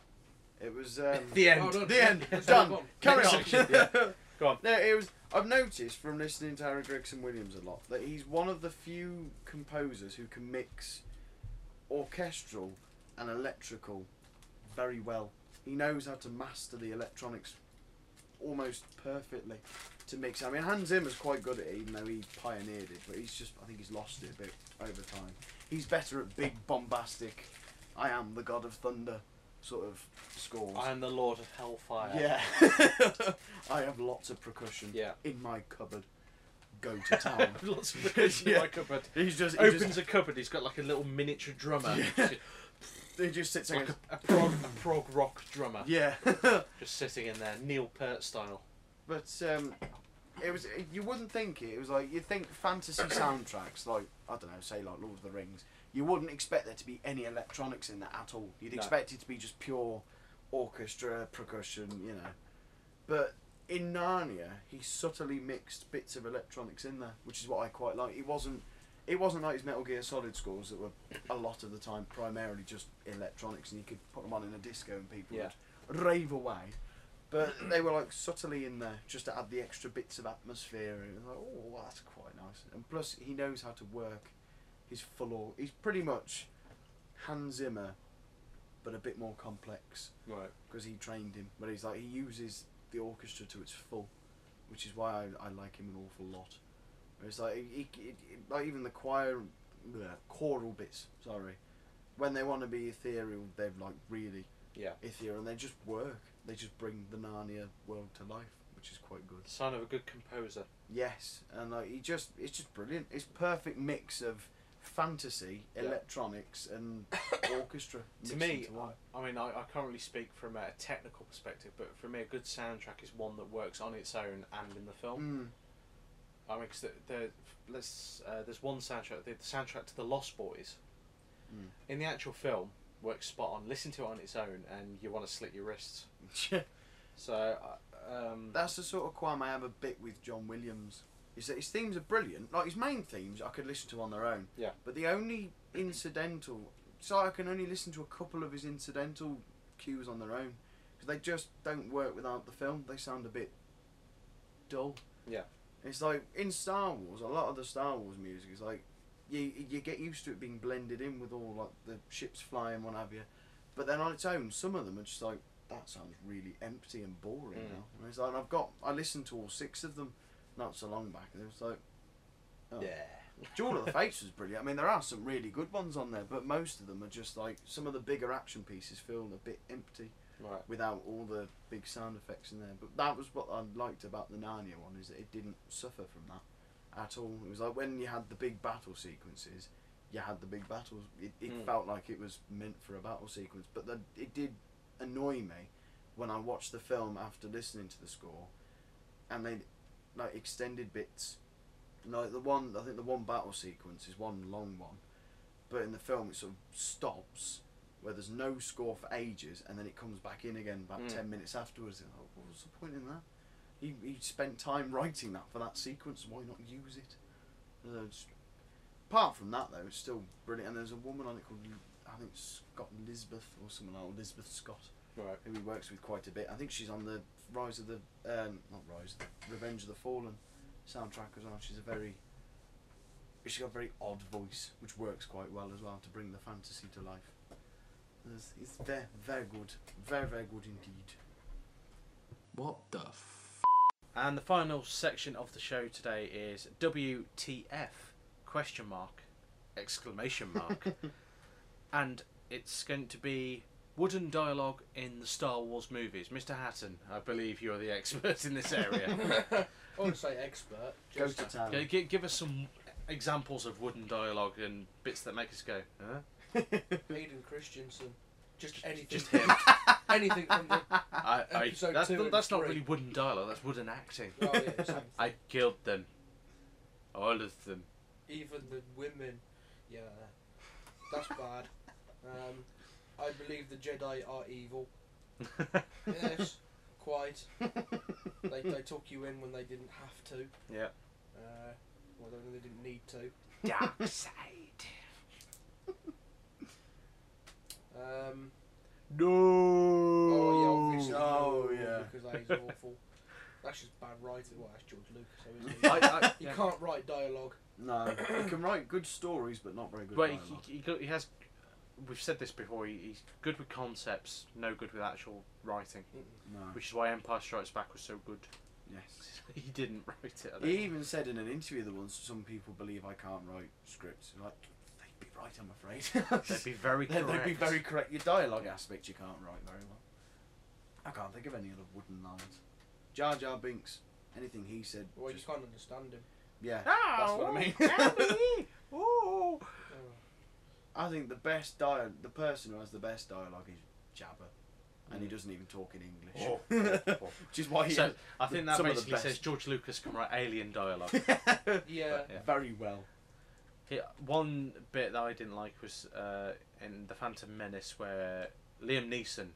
[SPEAKER 3] It was um,
[SPEAKER 1] The end.
[SPEAKER 2] Oh, no,
[SPEAKER 3] the end.
[SPEAKER 2] Let's
[SPEAKER 3] Done.
[SPEAKER 2] move on.
[SPEAKER 3] Carry
[SPEAKER 1] Next
[SPEAKER 3] on.
[SPEAKER 1] section, yeah. Go on.
[SPEAKER 3] No, it was. I've noticed from listening to Harry Gregson Williams a lot that he's one of the few composers who can mix orchestral and electrical very well. He knows how to master the electronics almost perfectly to mix. I mean, Hans Zimmer's quite good at it, even though he pioneered it. But he's just, I think he's lost it a bit over time. He's better at big bombastic. I am the god of thunder, sort of scores.
[SPEAKER 1] I am the Lord of Hellfire.
[SPEAKER 3] Yeah. I have lots of percussion
[SPEAKER 1] Yeah.
[SPEAKER 3] in my cupboard. Go to town.
[SPEAKER 1] Lots of percussion in
[SPEAKER 3] Yeah.
[SPEAKER 1] my cupboard.
[SPEAKER 3] He's just, he
[SPEAKER 1] Opens
[SPEAKER 3] just,
[SPEAKER 1] a cupboard, he's got like a little miniature drummer.
[SPEAKER 3] Yeah. he just sits there.
[SPEAKER 1] Like
[SPEAKER 3] and
[SPEAKER 1] a, a, prog, a prog rock drummer.
[SPEAKER 3] goes, yeah.
[SPEAKER 1] Just sitting in there, Neil Peart style.
[SPEAKER 3] But um, it was you wouldn't think it. It was like you'd think fantasy soundtracks, like I don't know, say like Lord of the Rings. You wouldn't expect there to be any electronics in that at all. You'd
[SPEAKER 1] No.
[SPEAKER 3] expect it to be just pure orchestra, percussion, you know. But in Narnia, he subtly mixed bits of electronics in there, which is what I quite like. It wasn't. It wasn't like his Metal Gear Solid scores that were a lot of the time primarily just electronics, and you could put them on in a disco and people
[SPEAKER 1] Yeah.
[SPEAKER 3] would rave away. But they were like subtly in there just to add the extra bits of atmosphere. And it was like, oh, well, that's quite nice. And plus, he knows how to work his full or he's pretty much Hans Zimmer, but a bit more complex
[SPEAKER 1] Right.
[SPEAKER 3] because he trained him. But he's like he uses the orchestra to its full, which is why I, I like him an awful lot. But It's like he, he, he- like even the choir, bleh, choral bits. Sorry, when they want to be ethereal, they're like really
[SPEAKER 1] Yeah.
[SPEAKER 3] ethereal, and they just work. They just bring the Narnia world to life, which is quite good.
[SPEAKER 1] The sign of a good composer.
[SPEAKER 3] Yes, and like he just, it's just brilliant. It's perfect mix of fantasy,
[SPEAKER 1] Yeah.
[SPEAKER 3] electronics, and orchestra.
[SPEAKER 1] to
[SPEAKER 3] mixed
[SPEAKER 1] me,
[SPEAKER 3] into one.
[SPEAKER 1] I, I mean, I, I can't really speak from a technical perspective, but for me, a good soundtrack is one that works on its own and in the film.
[SPEAKER 3] Mm.
[SPEAKER 1] I mean, 'cause the, the, let's, uh, there's one soundtrack, the, the soundtrack to The Lost Boys,
[SPEAKER 3] Mm.
[SPEAKER 1] in the actual film, works spot on. Listen to it on its own, and you want to slit your wrists. So, uh, um,
[SPEAKER 3] Hmm. That's the sort of qualm I have a bit with John Williams. Is that his themes are brilliant. Like his main themes, I could listen to on their own.
[SPEAKER 1] Yeah.
[SPEAKER 3] But the only incidental, so I can only listen to a couple of his incidental cues on their own because they just don't work without the film. They sound a bit dull.
[SPEAKER 1] Yeah.
[SPEAKER 3] It's like in Star Wars, a lot of the Star Wars music is like you you get used to it being blended in with all like the ships flying, what have you. But then on its own, some of them are just like that sounds really empty and boring
[SPEAKER 1] Mm.
[SPEAKER 3] now. And it's like and I've got I listened to all six of them not so long back, and it was like oh. Jewel of the Fates was brilliant. I mean, there are some really good ones on there, but most of them are just like some of the bigger action pieces feel a bit empty
[SPEAKER 1] Right.
[SPEAKER 3] without all the big sound effects in there. But that was what I liked about the Narnia one is that it didn't suffer from that at all. It was like when you had the big battle sequences, you had the big battles. It, it
[SPEAKER 1] Mm.
[SPEAKER 3] felt like it was meant for a battle sequence, but the, it did annoy me when I watched the film after listening to the score, and they like extended bits. Like the one, I think the one battle sequence is one long one, but in the film it sort of stops where there's no score for ages, and then it comes back in again about
[SPEAKER 1] Mm.
[SPEAKER 3] ten minutes afterwards. And, oh, what was the point in that? He, he spent time writing that for that sequence. Why not use it? And then just- apart from that, though, it's still brilliant. And there's a woman on it called L- I think Scott Lisbeth or someone else, Lisbeth Scott,
[SPEAKER 1] Right.
[SPEAKER 3] who he works with quite a bit. I think she's on the Rise of the um, not Rise, Revenge of the Fallen soundtrack as well. She's a very she's got a very odd voice, which works quite well as well to bring the fantasy to life. It's, it's very very good, very very good indeed.
[SPEAKER 6] What the f?
[SPEAKER 1] And the final section of the show today is WTF question mark exclamation mark. and it's going to be wooden dialogue in the Star Wars movies. Mr Hatton, I believe you are the expert in this area.
[SPEAKER 2] I want to say expert.
[SPEAKER 3] Go
[SPEAKER 2] Just
[SPEAKER 3] to town.
[SPEAKER 1] G- gi- give us some examples of wooden dialogue and bits that make us go, huh?
[SPEAKER 2] Hayden Christensen. Just anything.
[SPEAKER 1] Just
[SPEAKER 2] from-
[SPEAKER 1] him.
[SPEAKER 2] anything from the.
[SPEAKER 1] I, I,
[SPEAKER 2] Episode
[SPEAKER 1] that's
[SPEAKER 2] two
[SPEAKER 1] not,
[SPEAKER 2] and
[SPEAKER 1] that's not
[SPEAKER 2] three.
[SPEAKER 1] really wooden dialogue, that's wooden acting.
[SPEAKER 2] Oh, yeah, same.
[SPEAKER 1] I killed them. All of them.
[SPEAKER 2] Even the women. Yeah. That's bad. Um, I believe the Jedi are evil. Yes, quite. They, they took you in when they didn't have to.
[SPEAKER 1] Yeah.
[SPEAKER 2] Uh, well, they- they didn't need to.
[SPEAKER 1] Dark side.
[SPEAKER 2] Um,
[SPEAKER 1] No.
[SPEAKER 2] oh, yeah, obviously.
[SPEAKER 3] Oh,
[SPEAKER 2] no,
[SPEAKER 3] yeah.
[SPEAKER 2] Because that is awful. That's just bad writing. Well, that's George Lucas, so isn't it?
[SPEAKER 1] I, I,
[SPEAKER 2] You
[SPEAKER 1] yeah.
[SPEAKER 2] can't write dialogue.
[SPEAKER 3] No, he can write good stories, but not very good.
[SPEAKER 1] Well, he,
[SPEAKER 3] dialogue.
[SPEAKER 1] he, he go- he has. We've said this before. He, he's good with concepts, no good with actual writing,
[SPEAKER 3] no.
[SPEAKER 1] which is why Empire Strikes Back was so good.
[SPEAKER 3] Yes.
[SPEAKER 1] he didn't write it. I don't
[SPEAKER 3] He even said in an interview the once some people believe I can't write scripts. Like they'd be right, I'm afraid.
[SPEAKER 1] think. They'd be very
[SPEAKER 3] They'd-
[SPEAKER 1] correct.
[SPEAKER 3] They'd be very correct. Your dialogue aspect you can't write very well. I can't think of any other wooden lines. Jar Jar Binks. Anything he said.
[SPEAKER 2] Well,
[SPEAKER 3] just-
[SPEAKER 2] you can't understand him.
[SPEAKER 3] yeah.
[SPEAKER 1] That's
[SPEAKER 3] what I mean.
[SPEAKER 1] oh.
[SPEAKER 3] I think the best dia the person who has the best dialogue is Jabba, and he doesn't even talk in English, which is why he.
[SPEAKER 1] Oh, So I think that
[SPEAKER 3] oh, Some of the
[SPEAKER 1] basically
[SPEAKER 3] best.
[SPEAKER 1] says George Lucas can write alien dialogue.
[SPEAKER 2] Yeah.
[SPEAKER 1] Yeah.
[SPEAKER 3] Very well.
[SPEAKER 1] Yeah, one bit that I didn't like was uh, in the Phantom Menace where Liam Neeson,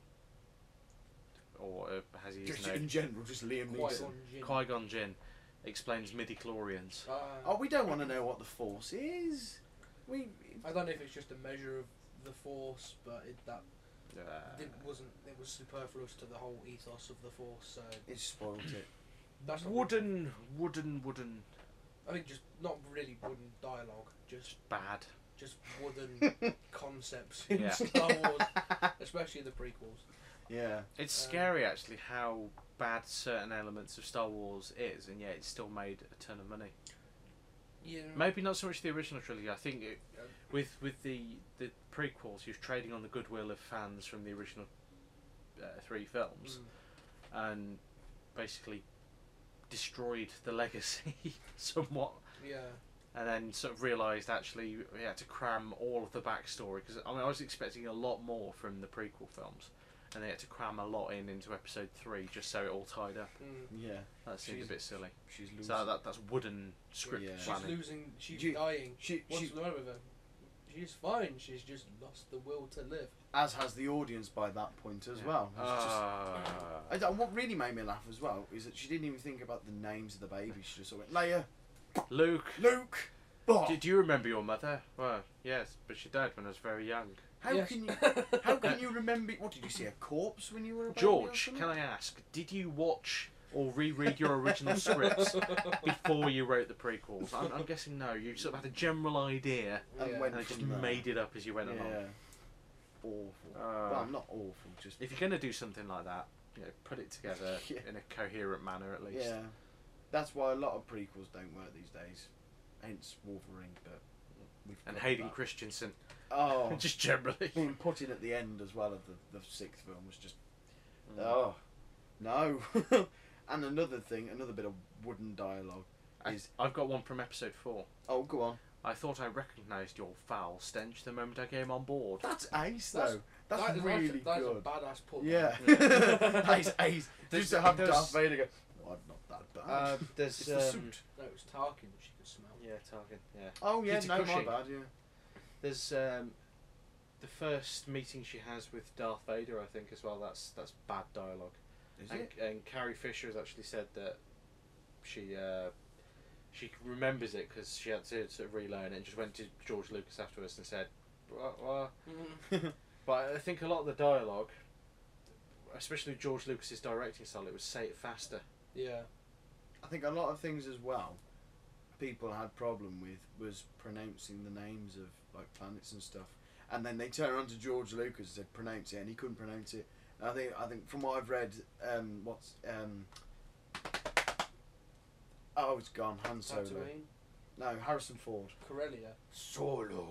[SPEAKER 1] or uh, has he his
[SPEAKER 3] Just
[SPEAKER 1] name?
[SPEAKER 3] in general, just Liam
[SPEAKER 2] Quite
[SPEAKER 3] Neeson.
[SPEAKER 2] on gin.
[SPEAKER 1] Qui Gon Jinn explains midi chlorians.
[SPEAKER 2] Uh,
[SPEAKER 3] Oh, we don't want to know what the Force is. We.
[SPEAKER 2] I don't know if it's just a measure of the force, but it, that
[SPEAKER 1] Uh,
[SPEAKER 2] did wasn't. It was superfluous to the whole ethos of the force. So
[SPEAKER 3] It spoiled it.
[SPEAKER 2] that's not really-
[SPEAKER 1] wooden, wooden, wooden,
[SPEAKER 2] I think just not really wooden dialogue. Just
[SPEAKER 1] bad.
[SPEAKER 2] just wooden concepts in
[SPEAKER 1] Yeah.
[SPEAKER 2] Star Wars, especially the prequels.
[SPEAKER 3] Yeah.
[SPEAKER 1] It's
[SPEAKER 2] Um,
[SPEAKER 1] scary actually how bad certain elements of Star Wars is, and yet it's still made a ton of money.
[SPEAKER 2] Yeah.
[SPEAKER 1] Maybe not so much the original trilogy. I think it,
[SPEAKER 2] Mm. Yeah.
[SPEAKER 1] with with the the prequels, he was trading on the goodwill of fans from the original uh, three films.
[SPEAKER 2] Mm.
[SPEAKER 1] and basically destroyed the legacy somewhat
[SPEAKER 2] Yeah.
[SPEAKER 1] and then sort of realized actually we had to cram all of the backstory because I mean I was expecting a lot more from the prequel films and they had to cram a lot in into episode 3 just so it all tied up
[SPEAKER 2] Mm.
[SPEAKER 3] Yeah.
[SPEAKER 1] that seemed a bit silly
[SPEAKER 3] She's losing.
[SPEAKER 1] so that, that's wooden script
[SPEAKER 3] Yeah.
[SPEAKER 2] She's
[SPEAKER 1] planning
[SPEAKER 2] losing. She's
[SPEAKER 3] You-
[SPEAKER 2] dying.
[SPEAKER 3] she,
[SPEAKER 2] What's
[SPEAKER 3] she,
[SPEAKER 2] the matter with her? She's fine. She's just lost the will to live.
[SPEAKER 3] as has the audience by that point as
[SPEAKER 1] Yeah.
[SPEAKER 3] well. It's just-
[SPEAKER 1] Ah.
[SPEAKER 3] I don't- what really made me laugh as well is that she didn't even think about the names of the babies. She just sort of went, Leia,
[SPEAKER 1] Luke
[SPEAKER 3] Luke, Bob.
[SPEAKER 1] did you remember your mother well yes but she died when I was very young
[SPEAKER 3] how
[SPEAKER 2] Yes.
[SPEAKER 3] can you? How can you remember? What did you see? A corpse when you were a baby or
[SPEAKER 1] George
[SPEAKER 3] something?
[SPEAKER 1] can I ask did you watch or reread your original scripts before you wrote the prequels. I'm, I'm guessing no. You sort of had a general idea
[SPEAKER 3] And
[SPEAKER 2] Yeah.
[SPEAKER 3] went
[SPEAKER 1] and they just
[SPEAKER 3] from there.
[SPEAKER 1] made it up as you went along.
[SPEAKER 3] Yeah. Awful.
[SPEAKER 1] Uh,
[SPEAKER 3] well, not awful. Just
[SPEAKER 1] If you're going to do something like that, you know, put it together
[SPEAKER 3] Yeah.
[SPEAKER 1] in a coherent manner at least.
[SPEAKER 3] yeah. That's why a lot of prequels don't work these days. Hence Wolverine, but we've
[SPEAKER 1] And
[SPEAKER 3] got
[SPEAKER 1] Hayden
[SPEAKER 3] that.
[SPEAKER 1] Christensen,
[SPEAKER 3] Oh.
[SPEAKER 1] just generally.
[SPEAKER 3] being put in at the end as well of the, the sixth film was just
[SPEAKER 1] Mm.
[SPEAKER 3] oh no and another thing another bit of wooden dialogue
[SPEAKER 1] I-
[SPEAKER 3] is
[SPEAKER 1] I've got one from episode four.
[SPEAKER 3] oh go on
[SPEAKER 1] I thought I recognised your foul stench the moment I came on board.
[SPEAKER 3] that's ace
[SPEAKER 2] That's-
[SPEAKER 3] though that's,
[SPEAKER 2] That is
[SPEAKER 3] really
[SPEAKER 2] actually- that is
[SPEAKER 3] good
[SPEAKER 2] a badass pull.
[SPEAKER 3] yeah that is ace
[SPEAKER 1] There's-
[SPEAKER 3] just to have
[SPEAKER 1] there's-
[SPEAKER 3] Darth Vader go "Oh, I'm not that bad
[SPEAKER 1] Um, there's
[SPEAKER 3] it's the suit
[SPEAKER 2] No, it was Tarkin
[SPEAKER 3] um,
[SPEAKER 2] that she could smell.
[SPEAKER 1] Yeah, Tarkin. Yeah.
[SPEAKER 3] oh yeah
[SPEAKER 1] Peter
[SPEAKER 3] no
[SPEAKER 1] Cushing.
[SPEAKER 3] my bad yeah
[SPEAKER 1] There's um, the first meeting she has with Darth Vader, I think as well. That's that's bad dialogue.
[SPEAKER 3] Is
[SPEAKER 1] and,
[SPEAKER 3] it?
[SPEAKER 1] and Carrie Fisher has actually said that she uh, she remembers it because she had to sort of relearn it and just went to George Lucas afterwards and said, "Wha- wha?"
[SPEAKER 3] Mm.
[SPEAKER 1] but I think a lot of the dialogue, especially George Lucas's directing style, it was say it faster.
[SPEAKER 2] Yeah.
[SPEAKER 3] I think a lot of things as well people had problem with was pronouncing the names of like planets and stuff. And then they turned around to George Lucas and said pronounce it and he couldn't pronounce it. And I think I think from what I've read, um what's um Oh it's gone, Han Solo.
[SPEAKER 2] Tatooine,
[SPEAKER 3] No, Harrison Ford.
[SPEAKER 2] Corellia,
[SPEAKER 3] Solo.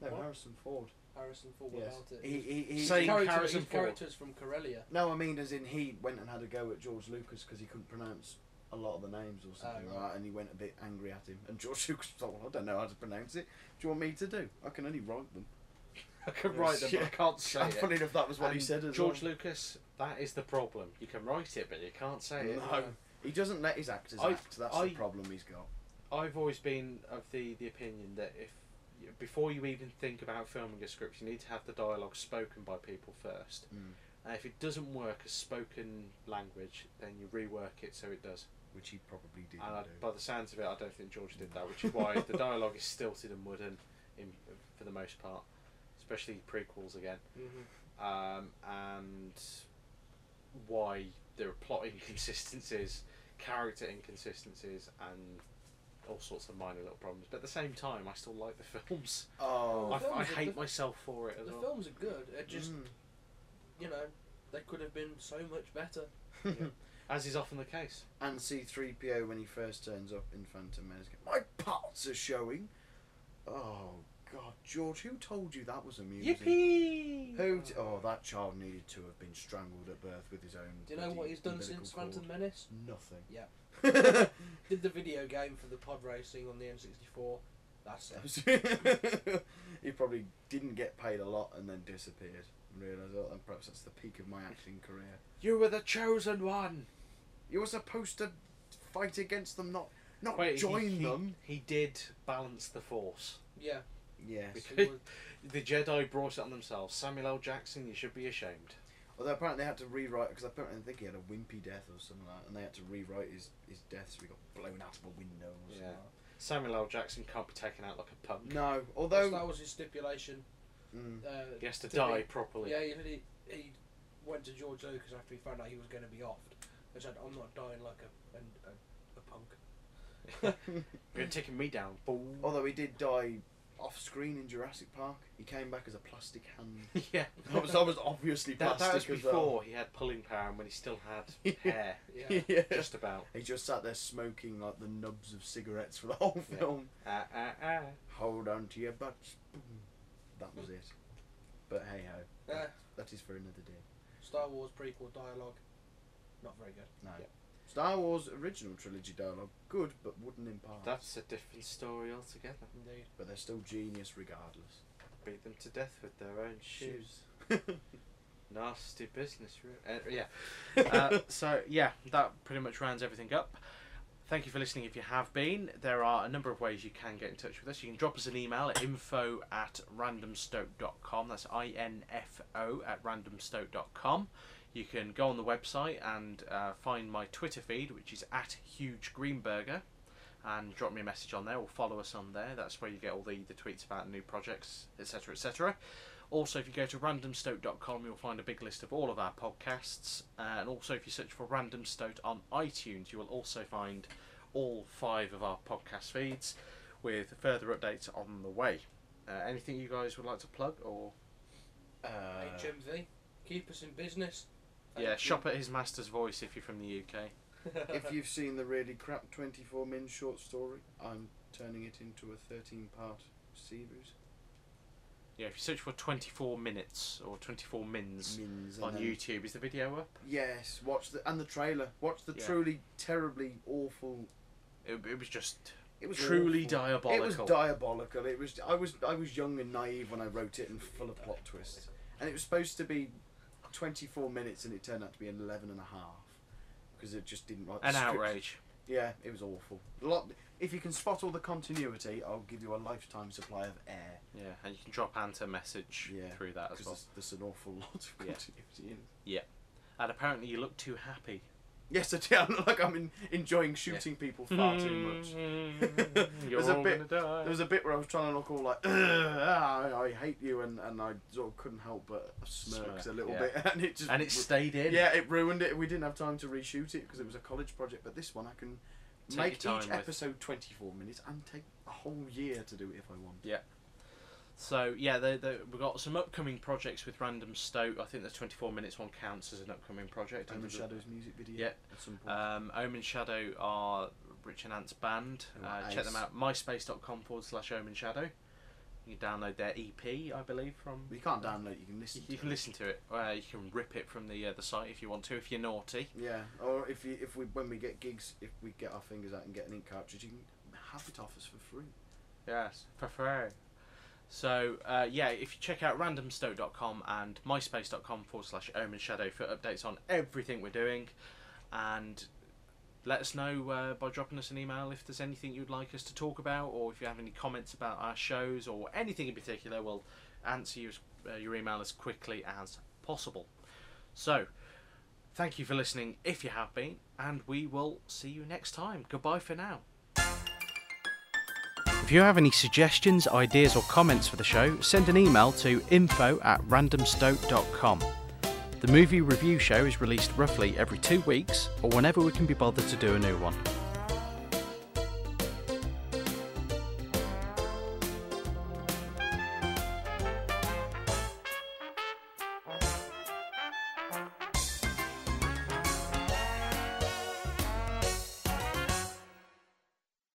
[SPEAKER 3] No,
[SPEAKER 2] What?
[SPEAKER 3] Harrison Ford.
[SPEAKER 2] Harrison Ford
[SPEAKER 3] Yes.
[SPEAKER 2] about it.
[SPEAKER 3] He, he, he,
[SPEAKER 1] Same
[SPEAKER 2] character-
[SPEAKER 1] Harrison
[SPEAKER 2] his
[SPEAKER 1] Ford.
[SPEAKER 2] characters from Corellia.
[SPEAKER 3] No, I mean, as in he went and had a go at George Lucas because he couldn't pronounce a lot of the names or something
[SPEAKER 2] Oh,
[SPEAKER 3] like that, and he went a bit angry at him. And George Lucas was like, well, I don't know how to pronounce it. Do you want me to do? I can only write them.
[SPEAKER 1] I can write them, but I can't say
[SPEAKER 3] And
[SPEAKER 1] it.
[SPEAKER 3] funny enough, that was what he
[SPEAKER 1] And
[SPEAKER 3] said as
[SPEAKER 1] George
[SPEAKER 3] well.
[SPEAKER 1] Lucas, that is the problem. You can write it, but you can't say it.
[SPEAKER 3] No. He doesn't let his actors
[SPEAKER 1] I-
[SPEAKER 3] act. That's
[SPEAKER 1] I-
[SPEAKER 3] the problem he's got.
[SPEAKER 1] I've always been of the, the opinion that if before you even think about filming a script, you need to have the dialogue spoken by people first.
[SPEAKER 3] Mm.
[SPEAKER 1] And if it doesn't work as spoken language, then you rework it so it does.
[SPEAKER 3] Which he probably didn't
[SPEAKER 1] And I,
[SPEAKER 3] do.
[SPEAKER 1] by the sounds of it, I don't think George did that, which is why the dialogue is stilted and wooden, in, for the most part, especially prequels again,
[SPEAKER 2] Mm-hmm.
[SPEAKER 1] um, and why there are plot inconsistencies, character inconsistencies, and all sorts of minor little problems. But at the same time, I still like the films.
[SPEAKER 3] Oh.
[SPEAKER 1] I,
[SPEAKER 2] films
[SPEAKER 1] I
[SPEAKER 2] are
[SPEAKER 1] hate
[SPEAKER 2] diff-
[SPEAKER 1] myself for it as
[SPEAKER 2] The
[SPEAKER 1] well.
[SPEAKER 2] films are good. It just
[SPEAKER 3] Mm.
[SPEAKER 2] you know they could have been so much better.
[SPEAKER 1] As is often the case.
[SPEAKER 3] and C3PO when he first turns up in Phantom Menace. My parts are showing. Oh, God, George, who told you that was amusing?
[SPEAKER 1] Yippee!
[SPEAKER 3] Who? d- oh, that child needed to have been strangled at birth with his own.
[SPEAKER 2] Do you know what he's done
[SPEAKER 3] umbilical
[SPEAKER 2] since
[SPEAKER 3] cord.
[SPEAKER 2] Phantom Menace?
[SPEAKER 3] Nothing.
[SPEAKER 2] Yeah.
[SPEAKER 3] That
[SPEAKER 2] Did the video game for the pod racing on the N64. That's it.
[SPEAKER 3] was- he probably didn't get paid a lot and then disappeared. And realised, oh, then perhaps that's the peak of my acting career.
[SPEAKER 1] You were the chosen one.
[SPEAKER 3] You were supposed to fight against them, not not
[SPEAKER 1] Wait, he-
[SPEAKER 3] join
[SPEAKER 1] he-
[SPEAKER 3] them.
[SPEAKER 1] He did balance the force.
[SPEAKER 2] Yeah.
[SPEAKER 3] Yes.
[SPEAKER 2] He
[SPEAKER 1] Because-
[SPEAKER 2] was-
[SPEAKER 1] The Jedi brought it on themselves. Samuel L. Jackson, you should be ashamed.
[SPEAKER 3] Although apparently they had to rewrite because apparently I think he had a wimpy death or something like that, and they had to rewrite his, his death so he got blown out of a window. Or something
[SPEAKER 1] Yeah.
[SPEAKER 3] like
[SPEAKER 1] Samuel L. Jackson can't be taken out like a punk.
[SPEAKER 3] that. No,
[SPEAKER 2] That's-
[SPEAKER 3] although
[SPEAKER 2] that was his stipulation.
[SPEAKER 3] Mm.
[SPEAKER 2] Uh,
[SPEAKER 1] He has to,
[SPEAKER 2] To
[SPEAKER 1] die
[SPEAKER 2] be-
[SPEAKER 1] properly.
[SPEAKER 2] yeah, he, he, he went to George Lucas after he found out he was going to be offed and said, "I'm not dying like a an, a, a punk."
[SPEAKER 3] mm.
[SPEAKER 1] You're taking me down. fool.
[SPEAKER 3] although he did die off screen in Jurassic Park, he came back as a plastic hand.
[SPEAKER 1] yeah.
[SPEAKER 3] that, was, that was obviously
[SPEAKER 1] That,
[SPEAKER 3] plastic
[SPEAKER 1] that was
[SPEAKER 3] as well.
[SPEAKER 1] before he had pulling power and when he still had hair.
[SPEAKER 2] Yeah.
[SPEAKER 3] yeah.
[SPEAKER 1] Just about.
[SPEAKER 3] He just sat there smoking like the nubs of cigarettes for the whole
[SPEAKER 1] Yeah.
[SPEAKER 3] film.
[SPEAKER 1] Ah, ah, ah.
[SPEAKER 3] Hold on to your butts. Boom. That was it. But hey ho,
[SPEAKER 2] Uh,
[SPEAKER 3] that is for another day.
[SPEAKER 2] Star Wars prequel dialogue, not very good.
[SPEAKER 3] No.
[SPEAKER 1] Yeah.
[SPEAKER 3] Star Wars original trilogy dialogue, good but wooden in parts.
[SPEAKER 1] That's a different story altogether.
[SPEAKER 2] Indeed.
[SPEAKER 3] but they're still genius regardless.
[SPEAKER 1] Beat them to death with their own shoes.
[SPEAKER 3] Shoes.
[SPEAKER 1] Nasty business. re- Uh, yeah. uh, so yeah, that pretty much rounds everything up. Thank you for listening. If you have been, there are a number of ways you can get in touch with us. You can drop us an email at info at randomstoke.com. That's I N F O at randomstoke.com. You can go on the website and uh, find my Twitter feed, which is at huge greenberger, and drop me a message on there or follow us on there. That's where you get all the, the tweets about new projects, etc., etc. Also, if you go to randomstoke.com, you'll find a big list of all of our podcasts. Uh, and also, if you search for Random Stoke on iTunes, you will also find all five of our podcast feeds with further updates on the way. Uh, anything you guys would like to plug or
[SPEAKER 3] Uh,
[SPEAKER 2] HMV, keep us in business. Thank
[SPEAKER 1] yeah
[SPEAKER 2] you.
[SPEAKER 1] shop at his master's voice if you're from the uk
[SPEAKER 3] if you've seen the really crap 24 min short story, I'm turning it into a 13 part series.
[SPEAKER 1] yeah if you search for 24 minutes or 24 mins
[SPEAKER 3] Mins and
[SPEAKER 1] on
[SPEAKER 3] then-
[SPEAKER 1] youtube is the video up
[SPEAKER 3] Yes, watch the and the trailer. Watch the
[SPEAKER 1] Yeah.
[SPEAKER 3] truly terribly awful.
[SPEAKER 1] it, it was just
[SPEAKER 3] It was
[SPEAKER 1] truly
[SPEAKER 3] awful.
[SPEAKER 1] diabolical
[SPEAKER 3] It was diabolical. It was. I was. I was young and naive when I wrote it and full of plot twists. And it was supposed to be 24 minutes, and it turned out to be 11 and a half because it just didn't write. the
[SPEAKER 1] an
[SPEAKER 3] script.
[SPEAKER 1] outrage
[SPEAKER 3] Yeah, it was awful. A lot. If you can spot all the continuity, I'll give you a lifetime supply of air.
[SPEAKER 1] yeah Yeah, and you can drop Anta message
[SPEAKER 3] Yeah,
[SPEAKER 1] through that as
[SPEAKER 3] Because
[SPEAKER 1] well.
[SPEAKER 3] there's, there's an awful lot of
[SPEAKER 1] Yeah.
[SPEAKER 3] continuity in it.
[SPEAKER 1] And apparently, you look too happy.
[SPEAKER 3] Yes, I do. I'm like I'm in, enjoying shooting people far too much.
[SPEAKER 1] You're
[SPEAKER 3] There's a
[SPEAKER 1] all
[SPEAKER 3] bit-
[SPEAKER 1] gonna die.
[SPEAKER 3] There was a bit where I was trying to look all like, "Ugh, ah, I, I hate you, and, and I sort of couldn't help but smirk,
[SPEAKER 1] Smirk,
[SPEAKER 3] a little
[SPEAKER 1] yeah.
[SPEAKER 3] bit, and it just
[SPEAKER 1] and it stayed in.
[SPEAKER 3] yeah, it ruined it. We didn't have time to reshoot it because it was a college project, but this one I can
[SPEAKER 1] Take
[SPEAKER 3] make
[SPEAKER 1] your time
[SPEAKER 3] each
[SPEAKER 1] with.
[SPEAKER 3] episode 24 minutes and take a whole year to do it if I want.
[SPEAKER 1] So yeah, they, they, we've got some upcoming projects with Random Stoke. I think the 24 minutes one counts as an upcoming project.
[SPEAKER 3] And the
[SPEAKER 1] under the-
[SPEAKER 3] Shadows music video.
[SPEAKER 1] Yeah.
[SPEAKER 3] At some point.
[SPEAKER 1] Um, Omen Shadow are Rich and Ant's band.
[SPEAKER 3] Who are
[SPEAKER 1] Uh, check them
[SPEAKER 3] ace.
[SPEAKER 1] out. MySpace.com forward slash Omen Shadow. You can download their EP, I believe, from.
[SPEAKER 3] you can't download. You can listen.
[SPEAKER 1] You
[SPEAKER 3] to
[SPEAKER 1] can
[SPEAKER 3] it.
[SPEAKER 1] listen to it. Uh, you can rip it from the uh, the site if you want to. If you're naughty,
[SPEAKER 3] Yeah, or if you if we when we get gigs, if we get our fingers out and get an ink cartridge, you can have it off us for free.
[SPEAKER 1] yes, for free. So uh, yeah, if you check out randomstoke.com and myspace.com forward slash omen shadow for updates on everything we're doing, and let us know uh, by dropping us an email if there's anything you'd like us to talk about, or if you have any comments about our shows or anything in particular. We'll answer your uh, your email as quickly as possible. So. Thank you for listening if you have been, and we will see you next time. Goodbye for now. If you have any suggestions, ideas, or comments for the show, send an email to info at randomstoke.com. The movie review show is released roughly every two weeks or whenever we can be bothered to do a new one.